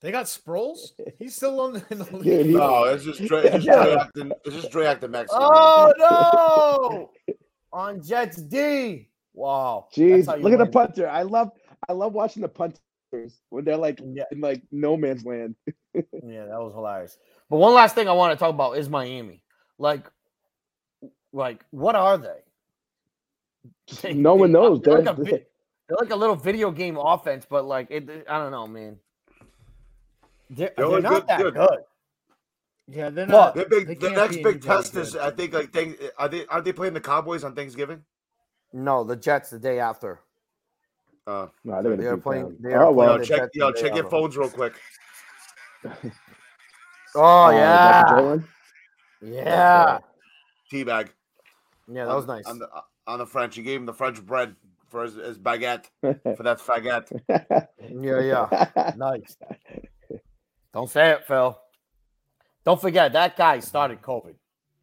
[SPEAKER 1] They got Sproles. He's still on the, in the
[SPEAKER 4] Yeah,
[SPEAKER 1] league.
[SPEAKER 4] he-
[SPEAKER 2] No, Oh, it's just Dre, it's just
[SPEAKER 4] Yeah.
[SPEAKER 2] Dre acting. It's just Dre acting Mexican.
[SPEAKER 3] Oh no. on Jets D. Wow. That's
[SPEAKER 4] Jeez,
[SPEAKER 3] how you
[SPEAKER 4] look at the
[SPEAKER 3] win.
[SPEAKER 4] punter. I love, I love watching the punters when they're like
[SPEAKER 3] Yeah,
[SPEAKER 4] in like no man's land.
[SPEAKER 3] yeah, that was hilarious. But one last thing I want to talk about is Miami. Like like what are they? They-
[SPEAKER 4] No one
[SPEAKER 3] they-
[SPEAKER 4] knows.
[SPEAKER 3] They're
[SPEAKER 4] They're,
[SPEAKER 3] like, a, vi- they're like a little video game offense, but like it, I don't know, man. They're,
[SPEAKER 2] They're
[SPEAKER 3] they're
[SPEAKER 2] only
[SPEAKER 3] not
[SPEAKER 2] good-
[SPEAKER 3] that
[SPEAKER 2] they're-
[SPEAKER 3] good.
[SPEAKER 1] Yeah, they're
[SPEAKER 3] Well,
[SPEAKER 1] not.
[SPEAKER 2] Their big,
[SPEAKER 1] They
[SPEAKER 2] the
[SPEAKER 1] can't
[SPEAKER 2] next
[SPEAKER 1] be
[SPEAKER 2] big
[SPEAKER 1] anybody
[SPEAKER 2] test is,
[SPEAKER 1] good.
[SPEAKER 2] I think, like, they, are they are they playing the Cowboys on Thanksgiving?
[SPEAKER 3] No, the Jets the day after.
[SPEAKER 2] Uh,
[SPEAKER 4] nah, they're, gonna
[SPEAKER 3] They're
[SPEAKER 4] beat
[SPEAKER 3] playing-
[SPEAKER 4] them.
[SPEAKER 3] they are
[SPEAKER 4] oh
[SPEAKER 2] yo,
[SPEAKER 3] playing
[SPEAKER 4] well,
[SPEAKER 3] the
[SPEAKER 2] check,
[SPEAKER 3] Jets
[SPEAKER 2] yo,
[SPEAKER 3] the day
[SPEAKER 2] check your
[SPEAKER 3] after.
[SPEAKER 2] phones real quick.
[SPEAKER 3] Oh,
[SPEAKER 4] uh,
[SPEAKER 3] yeah,
[SPEAKER 4] Dr. uh, Jalen?
[SPEAKER 3] yeah,
[SPEAKER 2] Teabag.
[SPEAKER 3] yeah. That was nice.
[SPEAKER 2] On the, on the French, he gave him the French bread for his, his baguette for that baguette.
[SPEAKER 3] Yeah, yeah, nice. Don't say it, Phil. Don't forget that guy started COVID.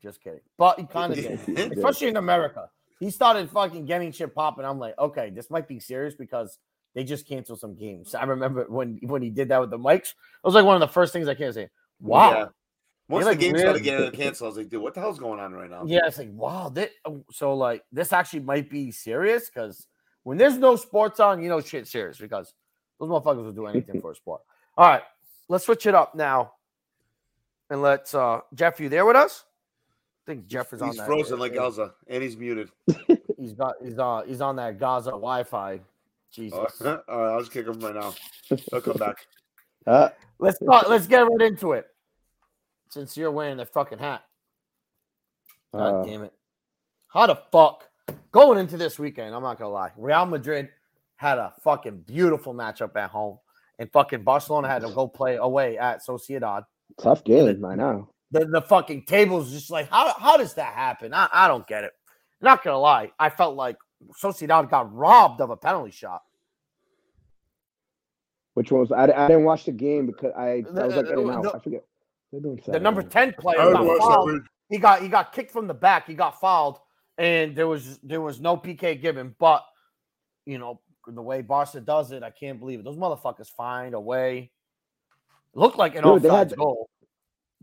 [SPEAKER 3] Just kidding, but he kind of did,
[SPEAKER 4] Yeah.
[SPEAKER 3] especially in America. He started fucking getting shit popping. I'm like, okay, this might be serious because they just canceled some games. I remember when when he did that with the mics. It was like one of the first things I can't say. Wow,
[SPEAKER 2] Yeah. Once
[SPEAKER 3] like,
[SPEAKER 2] the game
[SPEAKER 3] really-
[SPEAKER 2] started getting canceled, I was like, dude, what the hell's going on right now?
[SPEAKER 3] Yeah, it's like wow. This, so like this actually might be serious because when there's no sports on, you know shit's serious because those motherfuckers will do anything for a sport. All right, let's switch it up now, and let's uh Jeff, you there with us? I think Jeff is on.
[SPEAKER 2] He's
[SPEAKER 3] that-
[SPEAKER 2] frozen like Elsa, and he's muted.
[SPEAKER 3] He's got. He's uh. He's on that Gaza
[SPEAKER 2] Oh,
[SPEAKER 3] Wi-Fi.
[SPEAKER 2] All
[SPEAKER 3] Jesus.
[SPEAKER 2] right, I'll just kick him right now. He'll come back.
[SPEAKER 4] Uh,
[SPEAKER 3] Let's start, let's get right into it. Since you're wearing the fucking hat. God
[SPEAKER 4] Uh,
[SPEAKER 3] damn it. How the fuck? Going into this weekend, I'm not gonna lie. Real Madrid had a fucking beautiful matchup at home, and fucking Barcelona had to go play away at Sociedad.
[SPEAKER 4] tough game. I know.
[SPEAKER 3] The, the fucking tables just like how how does that happen? I, I don't get it. Not gonna lie, I felt like Sociedad got robbed of a penalty shot.
[SPEAKER 4] Which one was? I, I didn't watch the game because I, I was like in and out.
[SPEAKER 3] The-
[SPEAKER 4] I forget. They're doing
[SPEAKER 3] The number ten player
[SPEAKER 2] I
[SPEAKER 3] got
[SPEAKER 2] watched that
[SPEAKER 3] fouled.
[SPEAKER 2] weird-
[SPEAKER 3] he got he got kicked from the back. He got fouled, and there was there was no PK given. But you know the way Barca does it, I can't believe it. Those motherfuckers find a way. Looked like an
[SPEAKER 4] Dude, they
[SPEAKER 3] offside
[SPEAKER 4] had-
[SPEAKER 3] goal.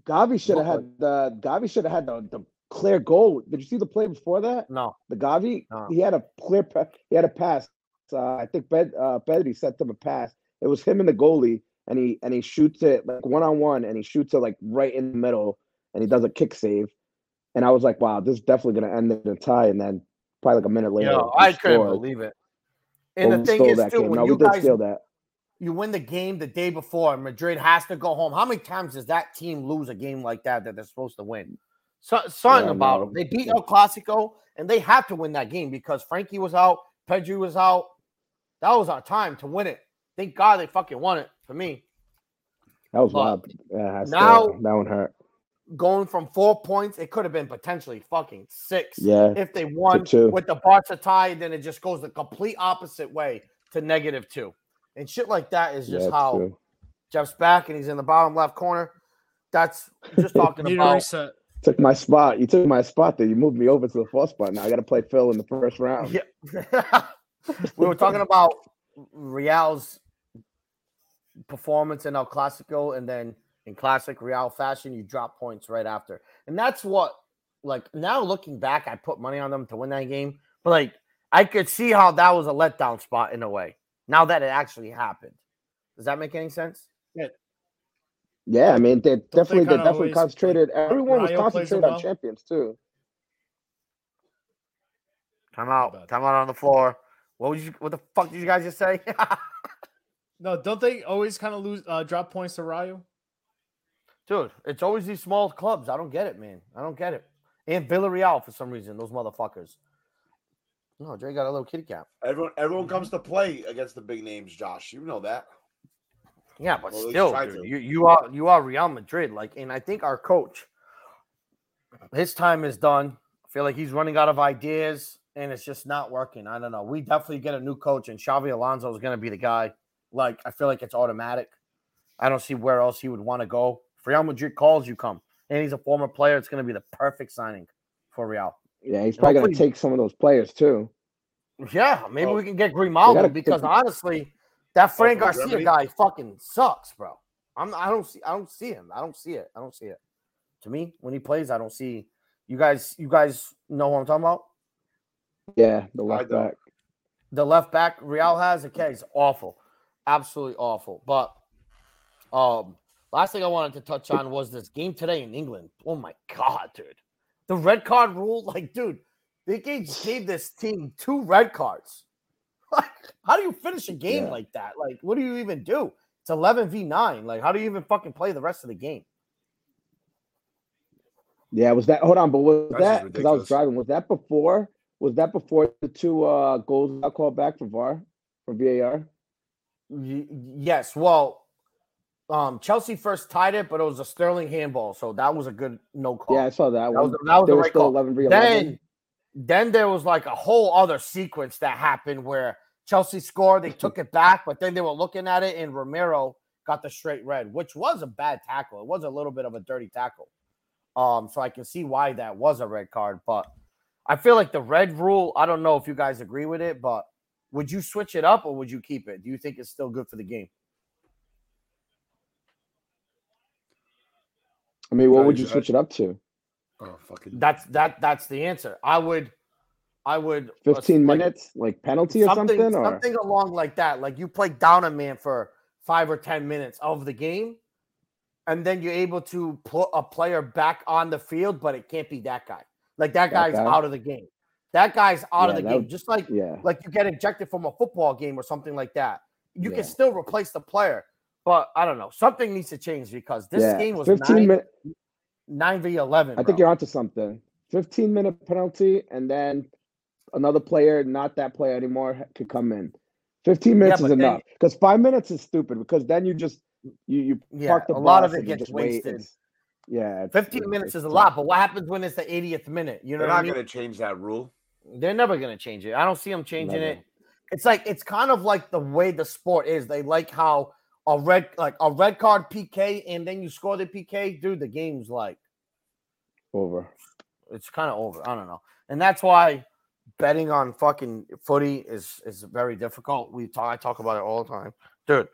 [SPEAKER 4] Gavi should
[SPEAKER 3] Look
[SPEAKER 4] have had the Gavi should have had the, the clear goal. Did you see the play before that?
[SPEAKER 3] No,
[SPEAKER 4] The Gavi,
[SPEAKER 3] No.
[SPEAKER 4] he had a clear, pa- he had a pass. Uh, I think Bed, uh, Pedri sent him a pass. It was him and the goalie, and he and he shoots it like one on one, and he shoots it like right in the middle, and he does a kick save. And I was like, wow, this is definitely gonna end in a tie. And then probably like a minute later,
[SPEAKER 3] yo,
[SPEAKER 4] we
[SPEAKER 3] I couldn't
[SPEAKER 4] scored.
[SPEAKER 3] believe it.
[SPEAKER 4] But
[SPEAKER 3] And
[SPEAKER 4] we
[SPEAKER 3] the thing
[SPEAKER 4] stole
[SPEAKER 3] is,
[SPEAKER 4] that
[SPEAKER 3] too,
[SPEAKER 4] game.
[SPEAKER 3] when
[SPEAKER 4] no,
[SPEAKER 3] you
[SPEAKER 4] we did
[SPEAKER 3] guys
[SPEAKER 4] steal that.
[SPEAKER 3] you win the game the day before, and Madrid has to go home. How many times does that team lose a game like that that they're supposed to win? So, something
[SPEAKER 4] Yeah,
[SPEAKER 3] about
[SPEAKER 4] no.
[SPEAKER 3] them. They beat El Clasico, and they have to win that game because Frankie was out, Pedri was out. That was our time to win it. Thank God they fucking won it for me.
[SPEAKER 4] That was
[SPEAKER 3] But
[SPEAKER 4] wild. Yeah, I saw
[SPEAKER 3] now-
[SPEAKER 4] it. that one hurt.
[SPEAKER 3] going from four points, it could have been potentially fucking six
[SPEAKER 4] Yeah.
[SPEAKER 3] if they won
[SPEAKER 4] two.
[SPEAKER 3] with the Barca tie, and then it just goes the complete opposite way to negative two. And shit like that is
[SPEAKER 4] yeah,
[SPEAKER 3] just
[SPEAKER 4] it's
[SPEAKER 3] how
[SPEAKER 4] true.
[SPEAKER 3] Jeff's back and he's in the bottom left corner. That's just talking
[SPEAKER 1] Need a
[SPEAKER 3] about
[SPEAKER 1] reset.
[SPEAKER 4] Took my spot. You took my spot there. You moved me over to the fourth spot. Now I got to play Phil in the first round.
[SPEAKER 3] Yeah. we were talking about Real's performance in El Clasico, and then in classic Real fashion, you drop points right after. And that's what, like, now looking back, I put money on them to win that game. But, like, I could see how that was a letdown spot in a way, now that it actually happened. Does that make any sense?
[SPEAKER 4] Yeah, I mean, they definitely
[SPEAKER 1] kinda
[SPEAKER 4] they definitely
[SPEAKER 1] always-
[SPEAKER 4] concentrated. Everyone was
[SPEAKER 1] Rayo plays
[SPEAKER 4] concentrated
[SPEAKER 1] them
[SPEAKER 4] on
[SPEAKER 1] well?
[SPEAKER 4] champions too.
[SPEAKER 3] Time out.
[SPEAKER 1] Bad.
[SPEAKER 3] Time out on the floor. What was you? What the fuck did you guys just say?
[SPEAKER 1] No, don't they always kind of lose uh, drop points to Ryu?
[SPEAKER 3] Dude, it's always these small clubs. I don't get it, man. I don't get it. And Villarreal for some reason, those motherfuckers. No, Dre got a little kitty cat.
[SPEAKER 2] Everyone, everyone comes to play against the big names, Josh. You know that.
[SPEAKER 3] Yeah, but
[SPEAKER 2] Well, at least
[SPEAKER 3] still,
[SPEAKER 2] try
[SPEAKER 3] dude,
[SPEAKER 2] to.
[SPEAKER 3] you, you are you are Real Madrid. Like, and I think our coach, his time is done. I feel like he's running out of ideas and it's just not working. I don't know. We definitely get a new coach, and Xavi Alonso is gonna be the guy. Like, I feel like it's automatic. I don't see where else he would want to go. If Real Madrid calls, you come. And he's a former player, it's gonna be the perfect signing for Real.
[SPEAKER 4] Yeah, he's probably going to
[SPEAKER 3] Hopefully-
[SPEAKER 4] take some of those players too.
[SPEAKER 3] Yeah, maybe
[SPEAKER 2] Oh.
[SPEAKER 3] we can get Oh,
[SPEAKER 4] They gotta-
[SPEAKER 3] Grimaldo because honestly, that Frank
[SPEAKER 2] from
[SPEAKER 3] Garcia
[SPEAKER 2] Germany?
[SPEAKER 3] guy fucking sucks, bro. I'm I don't see I don't see him. I don't see it. I don't see it. To me, when he plays, I don't see you guys. You guys know what I'm talking about?
[SPEAKER 4] Yeah, the left
[SPEAKER 2] don't.
[SPEAKER 4] back.
[SPEAKER 3] The left back Real has okay, he's awful, absolutely awful. But um, last thing I wanted to touch on was this game today in England. Oh my god, dude, the red card rule, like, dude, they gave, gave this team two red cards. Like, how do you finish a game
[SPEAKER 4] Yeah.
[SPEAKER 3] like that? Like, what do you even do? It's eleven v nine. Like, how do you even fucking play the rest of the game?
[SPEAKER 4] Yeah, was that? Hold on, but was
[SPEAKER 2] That's just
[SPEAKER 4] that because I was
[SPEAKER 2] ridiculous.
[SPEAKER 4] driving? Was that before? Was that before the two uh, goals I called back for VAR from VAR?
[SPEAKER 3] Y- yes. Well, um, Chelsea first tied it, but it was a Sterling handball, so that was a good no call.
[SPEAKER 4] Yeah, I saw that,
[SPEAKER 3] that
[SPEAKER 4] one.
[SPEAKER 3] was, that was
[SPEAKER 4] They
[SPEAKER 3] the
[SPEAKER 4] were
[SPEAKER 3] right
[SPEAKER 4] still
[SPEAKER 3] call.
[SPEAKER 4] eleven v eleven.
[SPEAKER 3] then then there was like a whole other sequence that happened where Chelsea scored, they took it back, but then they were looking at it and Romero got the straight red, which was a bad tackle. It was a little bit of a dirty tackle. Um, so I can see why that was a red card, but I feel like the red rule, I don't know if you guys agree with it, but would you switch it up or would you keep it? Do you think it's still good for the game?
[SPEAKER 4] I mean, what
[SPEAKER 2] No,
[SPEAKER 4] would you
[SPEAKER 2] he's-
[SPEAKER 4] switch it up to?
[SPEAKER 2] Oh fucking.
[SPEAKER 3] That's that that's the answer. I would I would uh,
[SPEAKER 4] Fifteen
[SPEAKER 3] like-
[SPEAKER 4] minutes, like penalty or something, or
[SPEAKER 3] something along like that. Like you play down a man for five or ten minutes of the game, and then you're able to put a player back on the field, but it can't be that guy. Like that guy's
[SPEAKER 4] That guy?
[SPEAKER 3] out of the game. That guy's out of
[SPEAKER 4] Yeah,
[SPEAKER 3] the
[SPEAKER 4] that
[SPEAKER 3] game.
[SPEAKER 4] would-
[SPEAKER 3] Just like
[SPEAKER 4] yeah,
[SPEAKER 3] like you get ejected from a football game or something like that. You
[SPEAKER 4] Yeah.
[SPEAKER 3] can still replace the player, but I don't know. Something needs to change because this
[SPEAKER 4] yeah.
[SPEAKER 3] game was
[SPEAKER 4] fifteen
[SPEAKER 3] nine,
[SPEAKER 4] minutes.
[SPEAKER 3] nine v eleven.
[SPEAKER 4] I think
[SPEAKER 3] bro.
[SPEAKER 4] you're onto something. 15 minute penalty, and then another player, not that player anymore, ha- could come in. 15 minutes
[SPEAKER 3] but
[SPEAKER 4] is
[SPEAKER 3] then-
[SPEAKER 4] enough because five minutes is stupid because then you just you you
[SPEAKER 3] yeah.
[SPEAKER 4] park the
[SPEAKER 3] A lot of
[SPEAKER 4] bus
[SPEAKER 3] it
[SPEAKER 4] and you
[SPEAKER 3] gets
[SPEAKER 4] just wait.
[SPEAKER 3] wasted.
[SPEAKER 4] It's- Yeah, it's-
[SPEAKER 3] Fifteen
[SPEAKER 4] it's-
[SPEAKER 3] minutes
[SPEAKER 4] it's
[SPEAKER 3] is a
[SPEAKER 4] tough.
[SPEAKER 3] lot, but what happens when it's the 80th minute? You know
[SPEAKER 2] They're
[SPEAKER 3] what I
[SPEAKER 2] not
[SPEAKER 3] mean?
[SPEAKER 2] going to change that rule.
[SPEAKER 3] They're never gonna change it. I don't see them changing
[SPEAKER 4] Never.
[SPEAKER 3] it. It's like it's kind of like the way the sport is. They like how a red like a red card PK and then you score the PK, dude. The game's like
[SPEAKER 4] over.
[SPEAKER 3] it's kind of over. I don't know, and that's why betting on fucking footy is is very difficult. We talk I talk about it all the time, dude.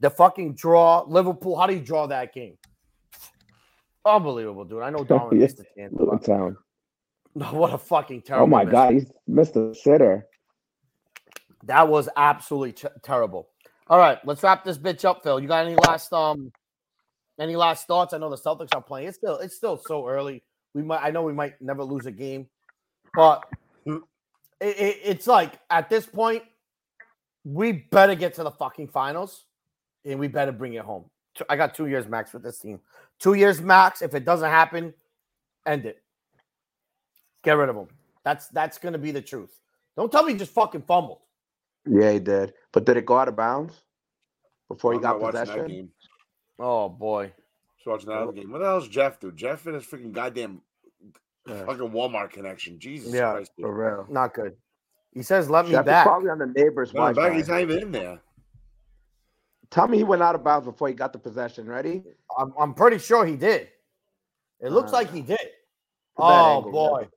[SPEAKER 3] The fucking draw Liverpool. How do you draw that game? Unbelievable, dude. I know Darwin
[SPEAKER 4] Yeah.
[SPEAKER 3] missed it. man,
[SPEAKER 4] Luton
[SPEAKER 3] but-
[SPEAKER 4] Town.
[SPEAKER 3] What a fucking terrible.
[SPEAKER 4] Oh my
[SPEAKER 3] miss.
[SPEAKER 4] God, he missed a sitter.
[SPEAKER 3] That was absolutely t- terrible. All right, let's wrap this bitch up, Phil. You got any last um any last thoughts? I know the Celtics are playing. It's still it's still so early. We might I know we might never lose a game, but it, it, it's like at this point we better get to the fucking finals and we better bring it home. T- I got 2 years max with this team. 2 years max. If it doesn't happen, end it. Get rid of them. That's that's going to be the truth. Don't tell me you just fucking fumbled.
[SPEAKER 4] Yeah, he did. But did it go out of bounds before
[SPEAKER 2] I'm not watching that game.
[SPEAKER 3] Oh boy.
[SPEAKER 2] Just watching that other game. What the hell's Jeff do? Jeff and his freaking goddamn
[SPEAKER 5] Yeah.
[SPEAKER 2] fucking Walmart connection. Jesus
[SPEAKER 5] Yeah,
[SPEAKER 2] Christ. dude.
[SPEAKER 5] for real.
[SPEAKER 3] Not good. He says, "Let me
[SPEAKER 5] Jeff is
[SPEAKER 3] back."
[SPEAKER 5] probably on the neighbor's
[SPEAKER 2] No,
[SPEAKER 5] Wi-Fi.
[SPEAKER 2] back, he's not even in there.
[SPEAKER 4] Tell me he went out of bounds before he got the possession. Ready?
[SPEAKER 3] I'm, I'm pretty sure he did. It looks
[SPEAKER 4] Uh,
[SPEAKER 3] like he did.
[SPEAKER 4] at that
[SPEAKER 3] Oh
[SPEAKER 4] angle,
[SPEAKER 3] boy,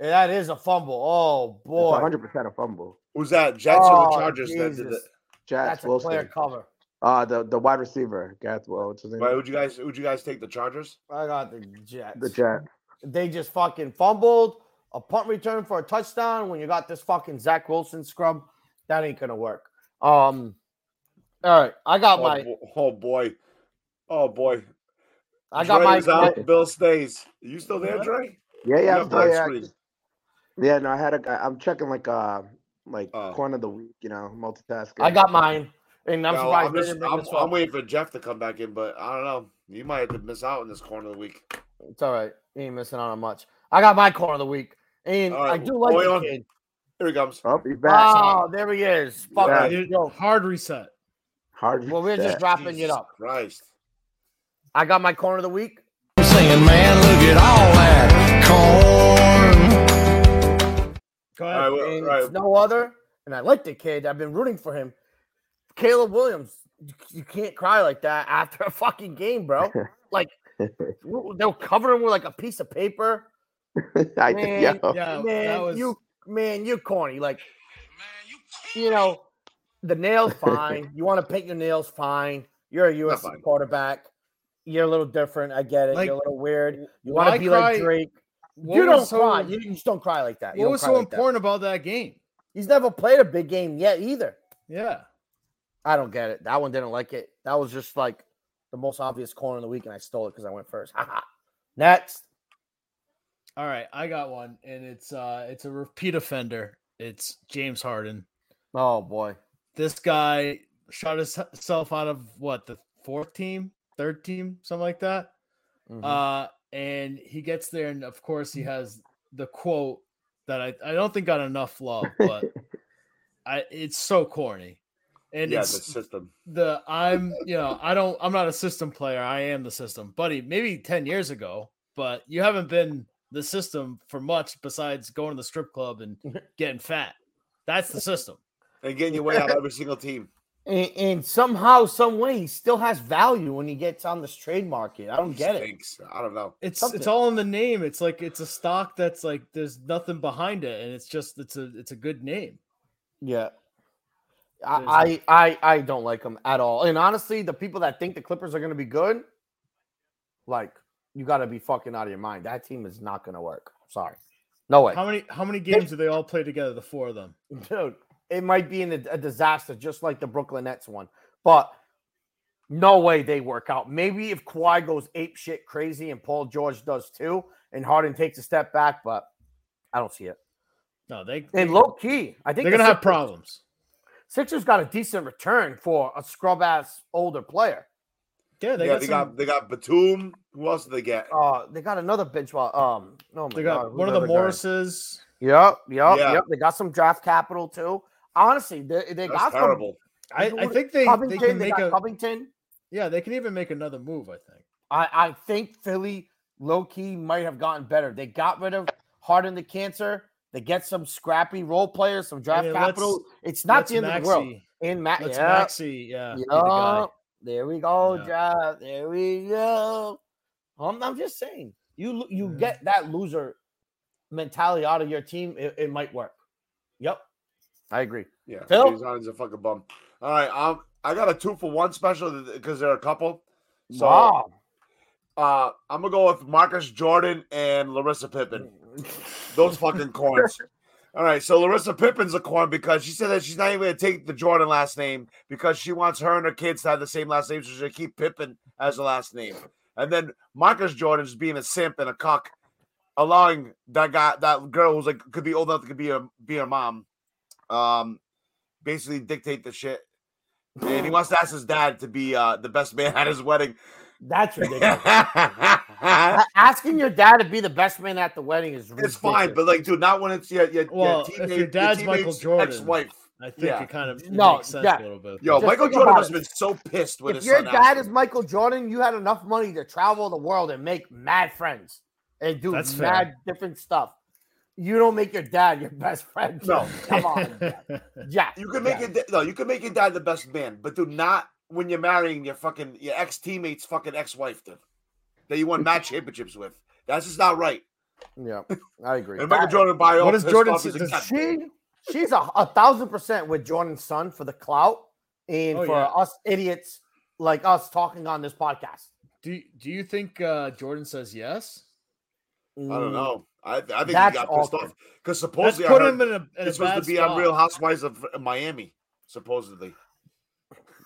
[SPEAKER 3] Yeah, that is a fumble. Oh
[SPEAKER 4] One
[SPEAKER 3] boy,
[SPEAKER 4] hundred percent a fumble.
[SPEAKER 2] Who's that? Jets or the
[SPEAKER 3] Oh,
[SPEAKER 2] Chargers? That did
[SPEAKER 3] Jesus.
[SPEAKER 2] the,
[SPEAKER 4] Jazz
[SPEAKER 3] that's a player
[SPEAKER 4] Wilson.
[SPEAKER 3] cover.
[SPEAKER 4] Uh the the wide receiver, Gath Wilson. his name?
[SPEAKER 2] Wait, would you guys? Would you guys take the Chargers?
[SPEAKER 3] I got the Jets.
[SPEAKER 4] The Jets.
[SPEAKER 3] They just fucking fumbled a punt return for a touchdown. When you got this fucking Zach Wilson scrub, that ain't gonna work. Um, all right, I got
[SPEAKER 2] Oh,
[SPEAKER 3] my,
[SPEAKER 2] bo- oh boy, oh boy.
[SPEAKER 3] I got
[SPEAKER 2] Dre
[SPEAKER 3] my.
[SPEAKER 2] is out. Bill stays. You still there, Dre?
[SPEAKER 4] Yeah,
[SPEAKER 2] You
[SPEAKER 4] yeah,
[SPEAKER 2] got
[SPEAKER 4] I'm still,
[SPEAKER 2] black
[SPEAKER 4] yeah.
[SPEAKER 2] screen.
[SPEAKER 4] Yeah, no, I had a guy. I'm checking like uh like
[SPEAKER 2] Oh.
[SPEAKER 4] corner of the week, you know, multitasking.
[SPEAKER 3] I got mine, and I'm
[SPEAKER 2] No,
[SPEAKER 3] surprised they
[SPEAKER 2] just-
[SPEAKER 3] didn't bring
[SPEAKER 2] I'm-
[SPEAKER 3] this
[SPEAKER 2] I'm
[SPEAKER 3] up.
[SPEAKER 2] waiting for Jeff to come back in, but I don't know. You might have to miss out in this corner of the week.
[SPEAKER 3] It's all right. You ain't missing out on much. I got my corner of the week, and
[SPEAKER 2] All right,
[SPEAKER 3] I do like
[SPEAKER 2] Boy
[SPEAKER 3] the
[SPEAKER 2] on.
[SPEAKER 3] kid.
[SPEAKER 2] Here he comes.
[SPEAKER 4] Oh, he's back.
[SPEAKER 3] Oh, there he is. Fuck
[SPEAKER 4] Yeah.
[SPEAKER 3] it.
[SPEAKER 1] Dude,
[SPEAKER 3] Yo,
[SPEAKER 1] hard reset.
[SPEAKER 4] Hard.
[SPEAKER 3] well, we're just
[SPEAKER 4] reset.
[SPEAKER 3] wrapping it
[SPEAKER 2] Jesus
[SPEAKER 3] up.
[SPEAKER 2] Christ.
[SPEAKER 3] I got my corner of the week.
[SPEAKER 6] I'm saying, man, look at all that corn.
[SPEAKER 1] Go
[SPEAKER 2] All
[SPEAKER 1] ahead.
[SPEAKER 2] right, well, all
[SPEAKER 3] And
[SPEAKER 2] right.
[SPEAKER 3] it's no other. And I like the kid. I've been rooting for him. Caleb Williams. You- You can't cry like that after a fucking game, bro. Like w- they'll cover him with like a piece of paper.
[SPEAKER 4] I,
[SPEAKER 3] Man,
[SPEAKER 4] yeah.
[SPEAKER 1] yeah, that
[SPEAKER 3] Oh. man,
[SPEAKER 1] was
[SPEAKER 3] you man, you corny. Like, you know, the nails fine. you want to paint your nails fine. You're a USC
[SPEAKER 2] fine.
[SPEAKER 3] quarterback. You're a little different. I get it.
[SPEAKER 1] Like,
[SPEAKER 3] You're a little weird. You
[SPEAKER 1] why
[SPEAKER 3] want to be
[SPEAKER 1] cry-
[SPEAKER 3] like Drake.
[SPEAKER 1] what
[SPEAKER 3] you
[SPEAKER 1] was
[SPEAKER 3] don't
[SPEAKER 1] so-
[SPEAKER 3] cry. You, you just don't cry like that. You
[SPEAKER 1] What
[SPEAKER 3] don't
[SPEAKER 1] was
[SPEAKER 3] cry
[SPEAKER 1] so
[SPEAKER 3] like that.
[SPEAKER 1] important about that game?
[SPEAKER 3] He's never played a big game yet either.
[SPEAKER 1] Yeah.
[SPEAKER 3] I don't get it. That one didn't like it. That was just like the most obvious corner of the week, and I stole it because I went first. Haha. Next.
[SPEAKER 1] All right, I got one, and it's uh it's a repeat offender. It's James Harden.
[SPEAKER 3] Oh boy.
[SPEAKER 1] This guy shot himself out of what the fourth team, third team, something like that.
[SPEAKER 2] Mm-hmm.
[SPEAKER 3] Mhm.
[SPEAKER 1] Uh, and he gets there, and of course he has the quote that I, I don't think got enough love, but I it's so corny. And
[SPEAKER 2] yeah, the
[SPEAKER 1] it's
[SPEAKER 2] system.
[SPEAKER 1] the I'm you know I don't I'm not a system player. I am the system, buddy. Maybe ten years ago, but you haven't been the system for much besides going to the strip club and getting fat. That's the system.
[SPEAKER 2] And getting your way out of every single team.
[SPEAKER 3] and, and somehow, some way, he still has value when he gets on this trade market. I don't get it.
[SPEAKER 2] Stinks. I don't know.
[SPEAKER 1] It's it's
[SPEAKER 3] Something.
[SPEAKER 1] all in the name. It's like it's a stock that's like there's nothing behind it, and it's just it's a it's a good name.
[SPEAKER 3] Yeah.
[SPEAKER 1] There's
[SPEAKER 3] I, I I I don't like him at all. And honestly, the people that think the Clippers are gonna be good, like you gotta be fucking out of your mind. That team is not gonna work. Sorry. No way.
[SPEAKER 1] How many how many games do they all play together? The four of them.
[SPEAKER 3] Dude, it might be in a, a disaster, just like the Brooklyn Nets one. But no way they work out. Maybe if Kawhi goes ape shit crazy and Paul George does too, and Harden takes a step back, but I don't see it.
[SPEAKER 1] No, they
[SPEAKER 3] And low key, I
[SPEAKER 1] they're
[SPEAKER 3] think the
[SPEAKER 1] gonna have
[SPEAKER 3] Sixers-
[SPEAKER 1] problems.
[SPEAKER 3] Sixers got a decent return for a scrub ass older player.
[SPEAKER 1] Yeah, they
[SPEAKER 2] yeah,
[SPEAKER 1] got
[SPEAKER 2] they
[SPEAKER 1] some,
[SPEAKER 2] got they got Batum. Who else did they get?
[SPEAKER 3] Uh, they got another bench. While, um, oh my
[SPEAKER 1] they got
[SPEAKER 3] God, who's
[SPEAKER 1] one of the
[SPEAKER 3] other guy?
[SPEAKER 1] Morrises.
[SPEAKER 3] Yep, yep,
[SPEAKER 2] Yeah.
[SPEAKER 3] yep. They got some draft capital too. Honestly, they, they
[SPEAKER 2] That's
[SPEAKER 3] got some-
[SPEAKER 2] terrible.
[SPEAKER 1] I,
[SPEAKER 3] who
[SPEAKER 1] I
[SPEAKER 3] would-
[SPEAKER 1] think they, they
[SPEAKER 3] Covington. They,
[SPEAKER 1] can make
[SPEAKER 3] got
[SPEAKER 1] a
[SPEAKER 3] Covington.
[SPEAKER 1] yeah they can even make another move. I think.
[SPEAKER 3] I, I think Philly low key might have gotten better. They got rid of Harden the cancer. They get some scrappy role players, some draft
[SPEAKER 1] mean, let's-
[SPEAKER 3] capital. It's not
[SPEAKER 1] Let's
[SPEAKER 3] the end of the world.
[SPEAKER 1] Maxey-
[SPEAKER 3] In Matt,
[SPEAKER 1] Let's
[SPEAKER 3] yeah,
[SPEAKER 1] Maxi, yeah, be the guy.
[SPEAKER 3] yeah. There we go,
[SPEAKER 1] Yeah.
[SPEAKER 3] draft. There we go. I'm, I'm just saying, you lo- you
[SPEAKER 1] Yeah.
[SPEAKER 3] get that loser mentality out of your team, it, it might work. Yep, I agree.
[SPEAKER 2] Yeah,
[SPEAKER 3] Phil?
[SPEAKER 2] James Harden's a fucking bum. All right, um, I got a two for one special because there are a couple. So
[SPEAKER 3] wow.
[SPEAKER 2] uh, I'm gonna go with Marcus Jordan and Larissa Pippen. Those fucking corns. All right, so Larissa Pippen's a corn because she said that she's not even gonna take the Jordan last name because she wants her and her kids to have the same last name, so she'll keep Pippen as the last name. And then Marcus Jordan's being a simp and a cuck, allowing that guy, that girl who's like could be old enough to be a be her mom, um, basically dictate the shit. And he wants to ask his dad to be uh, the best man at his wedding.
[SPEAKER 3] That's ridiculous.
[SPEAKER 2] it's
[SPEAKER 3] A- Asking your dad to be the best man at the wedding is ridiculous.
[SPEAKER 2] fine, but like, dude, not when it's your, your, your
[SPEAKER 1] Well, if
[SPEAKER 2] teammate-
[SPEAKER 1] your dad's Michael
[SPEAKER 2] teammate's
[SPEAKER 1] Jordan.
[SPEAKER 2] ex-wife.
[SPEAKER 1] I think
[SPEAKER 2] Yeah.
[SPEAKER 1] it kind of it
[SPEAKER 3] No,
[SPEAKER 1] makes sense
[SPEAKER 3] yeah.
[SPEAKER 1] a little bit.
[SPEAKER 2] Yo,
[SPEAKER 3] Just
[SPEAKER 2] Michael
[SPEAKER 3] think
[SPEAKER 2] Jordan
[SPEAKER 3] about
[SPEAKER 2] must
[SPEAKER 3] it.
[SPEAKER 2] have been so pissed with
[SPEAKER 3] if
[SPEAKER 2] his
[SPEAKER 3] your
[SPEAKER 2] son
[SPEAKER 3] dad
[SPEAKER 2] after.
[SPEAKER 3] is Michael Jordan, you had enough money to travel the world and make mad friends and do
[SPEAKER 1] That's fair.
[SPEAKER 3] mad different stuff. You don't make your dad your best friend.
[SPEAKER 2] No.
[SPEAKER 3] come on, yeah,
[SPEAKER 2] You could make
[SPEAKER 3] yeah.
[SPEAKER 2] it no, you could make your dad the best man, but do not when you're marrying your fucking your ex teammate's fucking ex wife then that you won match championships with. That's just not right.
[SPEAKER 3] Yeah, I agree.
[SPEAKER 2] And Michael
[SPEAKER 3] That-
[SPEAKER 2] Jordan by all
[SPEAKER 1] What does
[SPEAKER 2] pissed
[SPEAKER 1] Jordan
[SPEAKER 2] off
[SPEAKER 1] say-
[SPEAKER 2] as a
[SPEAKER 1] does
[SPEAKER 2] cat.
[SPEAKER 3] she she's a, a thousand percent with Jordan's son for the clout and
[SPEAKER 1] Oh,
[SPEAKER 3] for
[SPEAKER 1] yeah.
[SPEAKER 3] us idiots like us talking on this podcast.
[SPEAKER 1] Do Do you think uh, Jordan says yes?
[SPEAKER 2] I don't
[SPEAKER 3] Mm,
[SPEAKER 2] know. I, I think he
[SPEAKER 3] That's
[SPEAKER 2] got pissed
[SPEAKER 3] awkward.
[SPEAKER 2] off because
[SPEAKER 1] Let's
[SPEAKER 2] supposedly I
[SPEAKER 1] put
[SPEAKER 2] heard
[SPEAKER 1] him in a, in a
[SPEAKER 2] it's supposed
[SPEAKER 1] bad
[SPEAKER 2] to be
[SPEAKER 1] spot.
[SPEAKER 2] on Real Housewives of Miami. Supposedly,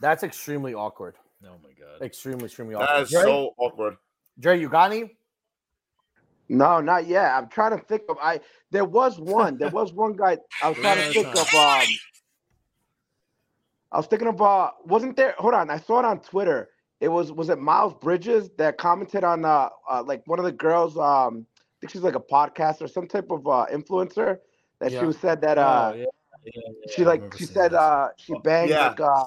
[SPEAKER 3] That's extremely awkward.
[SPEAKER 1] Oh my god!
[SPEAKER 3] Extremely, extremely awkward.
[SPEAKER 2] that is
[SPEAKER 3] Dre,
[SPEAKER 2] so awkward.
[SPEAKER 3] Dre, you got any?
[SPEAKER 4] No, not yet. I'm trying to think of. I there was one. There was one guy. I was trying to think of. Um, I was thinking of. Uh, wasn't there? Hold on. I saw it on Twitter. It was. Was it Miles Bridges that commented on uh, uh like one of the girls? Um, I think she's like a podcast or some type of uh influencer that
[SPEAKER 3] Yeah.
[SPEAKER 4] she was said that uh
[SPEAKER 1] oh, yeah, yeah, yeah,
[SPEAKER 4] she
[SPEAKER 1] I
[SPEAKER 4] like
[SPEAKER 1] remember
[SPEAKER 4] she
[SPEAKER 1] seeing
[SPEAKER 4] said
[SPEAKER 1] this.
[SPEAKER 4] uh she banged
[SPEAKER 2] yeah.
[SPEAKER 4] like uh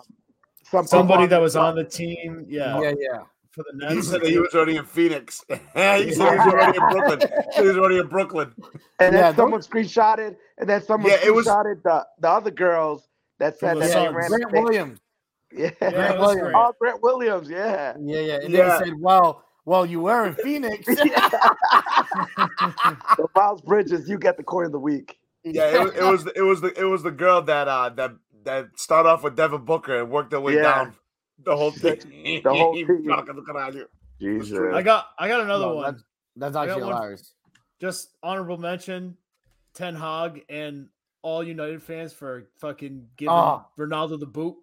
[SPEAKER 4] some
[SPEAKER 1] Oh, somebody that was on the team. Yeah,
[SPEAKER 3] yeah.
[SPEAKER 1] for the
[SPEAKER 2] He
[SPEAKER 1] Nets.
[SPEAKER 2] said that he was already in Phoenix. he said he was already in Brooklyn. He said he was already in Brooklyn.
[SPEAKER 4] and
[SPEAKER 3] Yeah,
[SPEAKER 4] then
[SPEAKER 3] don't-
[SPEAKER 4] someone screenshotted and then someone
[SPEAKER 2] Yeah, it was-
[SPEAKER 4] screenshotted the the other girls that
[SPEAKER 1] From
[SPEAKER 4] said
[SPEAKER 1] the
[SPEAKER 4] that they
[SPEAKER 1] Suns.
[SPEAKER 4] ran a
[SPEAKER 3] Grant
[SPEAKER 4] fake-
[SPEAKER 3] Williams.
[SPEAKER 4] Yeah.
[SPEAKER 1] Yeah, it
[SPEAKER 3] Grant
[SPEAKER 1] was
[SPEAKER 3] Williams.
[SPEAKER 1] great.
[SPEAKER 4] Oh, Grant Williams, yeah.
[SPEAKER 3] Yeah, yeah. And
[SPEAKER 2] Yeah.
[SPEAKER 3] then he said, "Well, well, you were in Phoenix."
[SPEAKER 4] So Miles Bridges, you get the coin of the week.
[SPEAKER 2] Yeah, it was, it was it was the it was the girl that uh that that started off with Devin Booker and worked their way
[SPEAKER 4] Yeah.
[SPEAKER 2] down the whole thing.
[SPEAKER 4] The whole team.
[SPEAKER 2] Fucking looking at you. Jesus.
[SPEAKER 1] I got I got another
[SPEAKER 3] No,
[SPEAKER 1] one.
[SPEAKER 3] that's- That's
[SPEAKER 1] got
[SPEAKER 3] actually
[SPEAKER 1] one-
[SPEAKER 3] hilarious.
[SPEAKER 1] Just honorable mention, Ten Hog and all United fans for fucking giving
[SPEAKER 3] Oh.
[SPEAKER 1] Ronaldo the boot.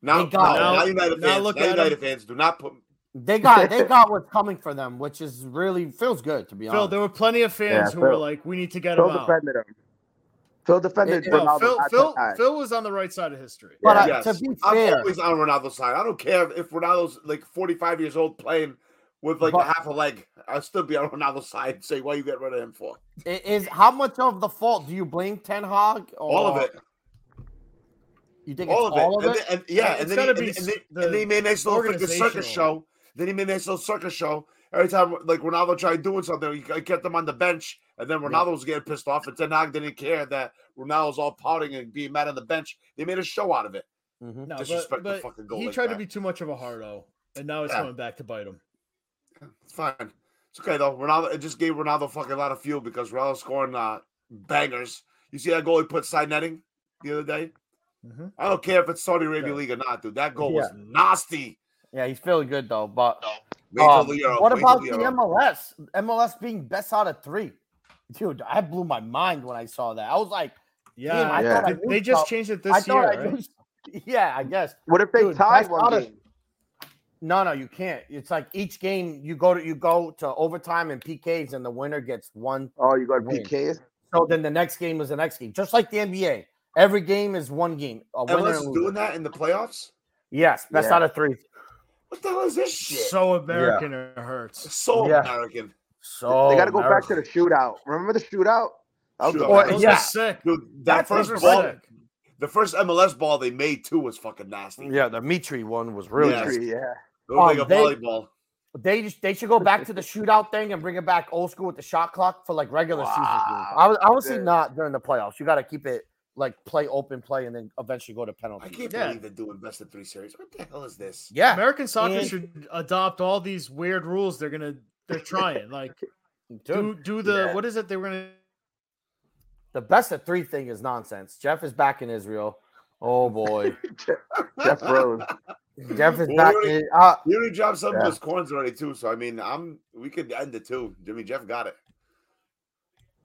[SPEAKER 2] Now,
[SPEAKER 3] They got
[SPEAKER 2] now,
[SPEAKER 1] it.
[SPEAKER 2] now United
[SPEAKER 1] Now
[SPEAKER 2] fans,
[SPEAKER 1] look
[SPEAKER 2] now
[SPEAKER 1] at
[SPEAKER 2] United
[SPEAKER 1] him.
[SPEAKER 2] fans, do not put
[SPEAKER 3] They got they got what's coming for them, which is really feels good to be
[SPEAKER 1] Phil,
[SPEAKER 3] honest.
[SPEAKER 1] there were plenty of fans
[SPEAKER 4] Yeah,
[SPEAKER 1] who
[SPEAKER 4] Phil-
[SPEAKER 1] were like, "We need to get
[SPEAKER 4] Phil
[SPEAKER 1] him out."
[SPEAKER 4] defended him. Phil defended
[SPEAKER 3] It- it-
[SPEAKER 1] No,
[SPEAKER 4] Ronaldo.
[SPEAKER 1] Phil,
[SPEAKER 4] I-
[SPEAKER 1] Phil,
[SPEAKER 4] I-
[SPEAKER 1] Phil was on the right side of history.
[SPEAKER 3] but uh,
[SPEAKER 2] yes.
[SPEAKER 3] to be
[SPEAKER 2] I'm
[SPEAKER 3] fair,
[SPEAKER 2] always on Ronaldo's side. I don't care if Ronaldo's like 45 years old playing with like a
[SPEAKER 3] But-
[SPEAKER 2] half a leg. I'll still be on Ronaldo's side and say, why you get rid of him for?
[SPEAKER 3] it is how much of the fault do you blame Ten Hog? Or
[SPEAKER 2] All of it.
[SPEAKER 3] You think
[SPEAKER 2] All
[SPEAKER 3] it's
[SPEAKER 2] of it.
[SPEAKER 3] all of
[SPEAKER 2] and
[SPEAKER 3] it?
[SPEAKER 2] then- and- yeah,
[SPEAKER 1] It's
[SPEAKER 2] and then,
[SPEAKER 1] gotta
[SPEAKER 2] he,
[SPEAKER 1] be
[SPEAKER 2] and, and, then-
[SPEAKER 1] the
[SPEAKER 2] and then he made a nice little freaking circus
[SPEAKER 1] organizational.
[SPEAKER 2] show. Then he made a nice little circus show. Every time like Ronaldo tried doing something, he kept them on the bench, and then Ronaldo was getting pissed off, and Ten Hag didn't care that Ronaldo's all pouting and being mad on the bench. They made a show out of it.
[SPEAKER 3] Mm-hmm.
[SPEAKER 1] No, but,
[SPEAKER 2] Disrespect the
[SPEAKER 1] but
[SPEAKER 2] fucking goal
[SPEAKER 1] he
[SPEAKER 2] like
[SPEAKER 1] tried
[SPEAKER 2] that.
[SPEAKER 1] to be too much of a hardo, and now it's
[SPEAKER 2] Yeah.
[SPEAKER 1] coming back to bite him.
[SPEAKER 2] It's fine. It's okay though. Ronaldo it just gave Ronaldo a fucking lot of fuel because Ronaldo's scoring uh, bangers. You see that goal he put side netting the other day?
[SPEAKER 1] Mhm.
[SPEAKER 2] I don't care if it's Saudi Arabia
[SPEAKER 1] Yeah.
[SPEAKER 2] League or not, dude. That goal was nasty.
[SPEAKER 3] Yeah, he's feeling good though. But
[SPEAKER 2] Wait till
[SPEAKER 3] um,
[SPEAKER 2] the Euro,
[SPEAKER 3] what
[SPEAKER 2] wait till
[SPEAKER 3] about
[SPEAKER 2] the
[SPEAKER 3] the
[SPEAKER 2] Euro.
[SPEAKER 3] MLS? MLS being best out of three, dude. I blew my mind when I saw that. I was like,
[SPEAKER 1] Yeah,
[SPEAKER 3] I
[SPEAKER 4] thought
[SPEAKER 1] they-
[SPEAKER 3] I knew
[SPEAKER 1] they just
[SPEAKER 3] something.
[SPEAKER 1] changed it
[SPEAKER 3] I
[SPEAKER 1] this
[SPEAKER 3] thought
[SPEAKER 1] year.
[SPEAKER 3] I
[SPEAKER 1] right?
[SPEAKER 3] knew. Yeah, I guess.
[SPEAKER 4] What if they
[SPEAKER 3] Dude,
[SPEAKER 4] tied
[SPEAKER 3] that's
[SPEAKER 4] one
[SPEAKER 3] not a-
[SPEAKER 4] game?
[SPEAKER 3] No, no, you can't. It's like each game you go to you go to overtime and PKs, and the winner gets one.
[SPEAKER 4] Oh, you got
[SPEAKER 3] Win.
[SPEAKER 4] PKs?
[SPEAKER 3] So then the next game is the next game, just like the NBA. Every game is one game. A winner
[SPEAKER 2] MLS
[SPEAKER 3] and
[SPEAKER 2] is
[SPEAKER 3] loser.
[SPEAKER 2] doing that in the playoffs?
[SPEAKER 3] Yes, best
[SPEAKER 4] Yeah.
[SPEAKER 3] out of three.
[SPEAKER 2] What the hell is this shit? So,
[SPEAKER 1] So American it hurts.
[SPEAKER 3] Yeah.
[SPEAKER 2] American.
[SPEAKER 3] So
[SPEAKER 4] they got to go back to
[SPEAKER 3] America.
[SPEAKER 4] the shootout. Remember the shootout? That was the
[SPEAKER 2] Shootout.
[SPEAKER 4] best.
[SPEAKER 1] Those
[SPEAKER 3] yeah.
[SPEAKER 1] are sick.
[SPEAKER 2] Dude, that
[SPEAKER 1] That
[SPEAKER 2] first
[SPEAKER 1] those are
[SPEAKER 2] ball,
[SPEAKER 1] sick.
[SPEAKER 2] the first MLS ball they made too was fucking nasty. It
[SPEAKER 3] Yeah, the Mitri one was really
[SPEAKER 2] Yeah.
[SPEAKER 3] nice.
[SPEAKER 4] Yeah.
[SPEAKER 2] was
[SPEAKER 3] Um,
[SPEAKER 2] like a
[SPEAKER 3] they-
[SPEAKER 2] volleyball.
[SPEAKER 3] They just they should go back to the shootout thing and bring it back old school with the shot clock for like regular season. games.
[SPEAKER 4] Wow.
[SPEAKER 3] I was honestly
[SPEAKER 4] Dude.
[SPEAKER 3] not during the playoffs. You got to keep it like play open play and then eventually go to
[SPEAKER 2] I
[SPEAKER 3] penalty.
[SPEAKER 2] can't
[SPEAKER 1] Yeah.
[SPEAKER 2] believe they're doing best of three series. What the hell is this?
[SPEAKER 3] Yeah,
[SPEAKER 1] American soccer
[SPEAKER 3] And-
[SPEAKER 1] should adopt all these weird rules. They're gonna. They're trying. Like
[SPEAKER 3] dude.
[SPEAKER 1] do do the
[SPEAKER 4] Yeah.
[SPEAKER 1] what is it they were gonna
[SPEAKER 3] The best of three thing is nonsense. Jeff is back in Israel. Oh boy,
[SPEAKER 4] Jeff Rose.
[SPEAKER 3] Jeff is
[SPEAKER 2] Well,
[SPEAKER 3] back.
[SPEAKER 2] we
[SPEAKER 3] In, uh,
[SPEAKER 2] You already dropped some
[SPEAKER 4] Yeah.
[SPEAKER 2] of those corns already too, so I mean, I'm we could end it too. Jimmy Jeff got it.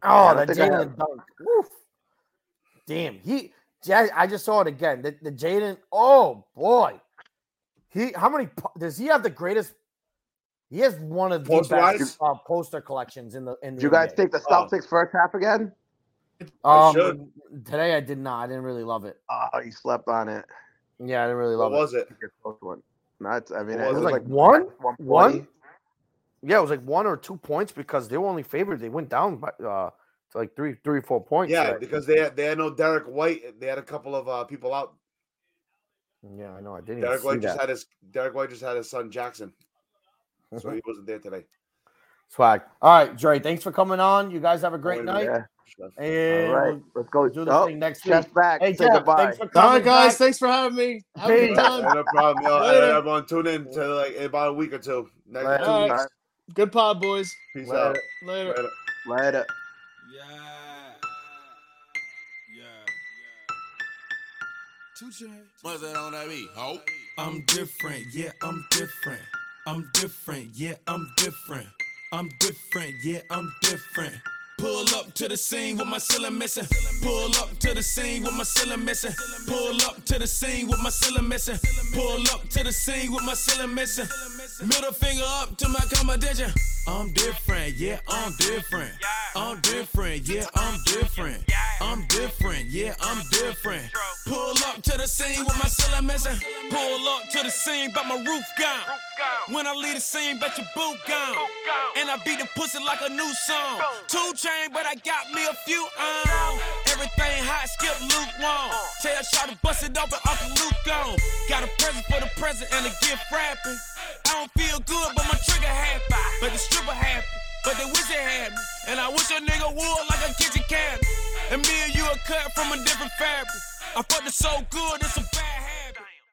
[SPEAKER 3] oh,
[SPEAKER 4] don't
[SPEAKER 3] the
[SPEAKER 4] think I
[SPEAKER 3] Jalen dunk. Woof. Damn, he. Ja- I just saw it again. The, the Jaden. Oh boy, he. How many po- does he have? The greatest. He has one of the
[SPEAKER 2] Post-wise?
[SPEAKER 3] best uh, poster collections in the in the.
[SPEAKER 4] Did you guys
[SPEAKER 3] NBA.
[SPEAKER 4] take the
[SPEAKER 2] Oh.
[SPEAKER 4] Celtics first half again?
[SPEAKER 2] I
[SPEAKER 3] Um, today I did not. I didn't really love it.
[SPEAKER 4] Oh, you slept on it.
[SPEAKER 3] Yeah, I didn't really
[SPEAKER 2] What
[SPEAKER 3] love it.
[SPEAKER 2] was it?
[SPEAKER 4] You get close one. Not, I mean,
[SPEAKER 2] Well,
[SPEAKER 4] it was like
[SPEAKER 3] one.
[SPEAKER 4] 140.
[SPEAKER 3] Yeah, it was like one or two points because they were only favored. They went down by uh, to like three, three, four points.
[SPEAKER 2] Yeah,
[SPEAKER 3] today.
[SPEAKER 2] because they had, they had no Derek White. They had a couple of uh, people out.
[SPEAKER 3] yeah, I know. I didn't. Even
[SPEAKER 2] Derek
[SPEAKER 3] see
[SPEAKER 2] White just
[SPEAKER 3] that.
[SPEAKER 2] had his Derek White just had his son Jackson, so
[SPEAKER 3] Mm-hmm.
[SPEAKER 2] he wasn't there today.
[SPEAKER 3] Swag. All right, Dre. Thanks for coming on. You guys have a great
[SPEAKER 2] Always
[SPEAKER 3] night.
[SPEAKER 2] there.
[SPEAKER 5] Yeah.
[SPEAKER 3] And
[SPEAKER 5] All right. Let's go.
[SPEAKER 3] we'll do this
[SPEAKER 5] oh,
[SPEAKER 3] thing next week.
[SPEAKER 5] Jeff's back.
[SPEAKER 3] Hey,
[SPEAKER 5] Say
[SPEAKER 3] Jeff,
[SPEAKER 5] goodbye.
[SPEAKER 3] thanks for
[SPEAKER 1] All
[SPEAKER 3] coming.
[SPEAKER 1] right, guys.
[SPEAKER 3] back.
[SPEAKER 1] Thanks for having me. Have a
[SPEAKER 3] Peace.
[SPEAKER 1] good time.
[SPEAKER 2] Yeah, no problem, y'all. And
[SPEAKER 1] Later.
[SPEAKER 2] everyone tune in to like in about a week or two. Next
[SPEAKER 5] Later.
[SPEAKER 2] two
[SPEAKER 1] All
[SPEAKER 2] weeks.
[SPEAKER 1] right. Good pod, boys.
[SPEAKER 2] Peace
[SPEAKER 5] Later.
[SPEAKER 2] out.
[SPEAKER 1] Later.
[SPEAKER 2] Later.
[SPEAKER 5] Later.
[SPEAKER 7] Yeah. Yeah. Two chains. What's that on that beat? Ho. I'm different. Yeah, I'm different. I'm different. Yeah, I'm different. I'm different. Yeah, I'm different. Pull up to the scene with my ceiling missing. Pull up to the scene with my ceiling missing. Pull up to the scene with my ceiling missing. Pull up to the scene with my ceiling missing. Middle finger up to my accommodation. I'm different, yeah, I'm different. I'm different, yeah, I'm different. I'm different, yeah, I'm different. Pull up to the scene with my cellar missing. Pull up to the scene, but my roof gone. When I leave the scene, bet your boot gone. And I beat the pussy like a new song. Two chain, but I got me a few on. Everything hot, skip lukewarm. Tell Shaw to bust it open, Uncle Luke gone. Got a present for the present and a gift wrapping. I don't feel good, but my trigger happy. But the stripper happy, but they wish it had me. And I wish a nigga would like a kitchen cabinet. And me and you are cut from a different fabric. I fucked it so good, it's a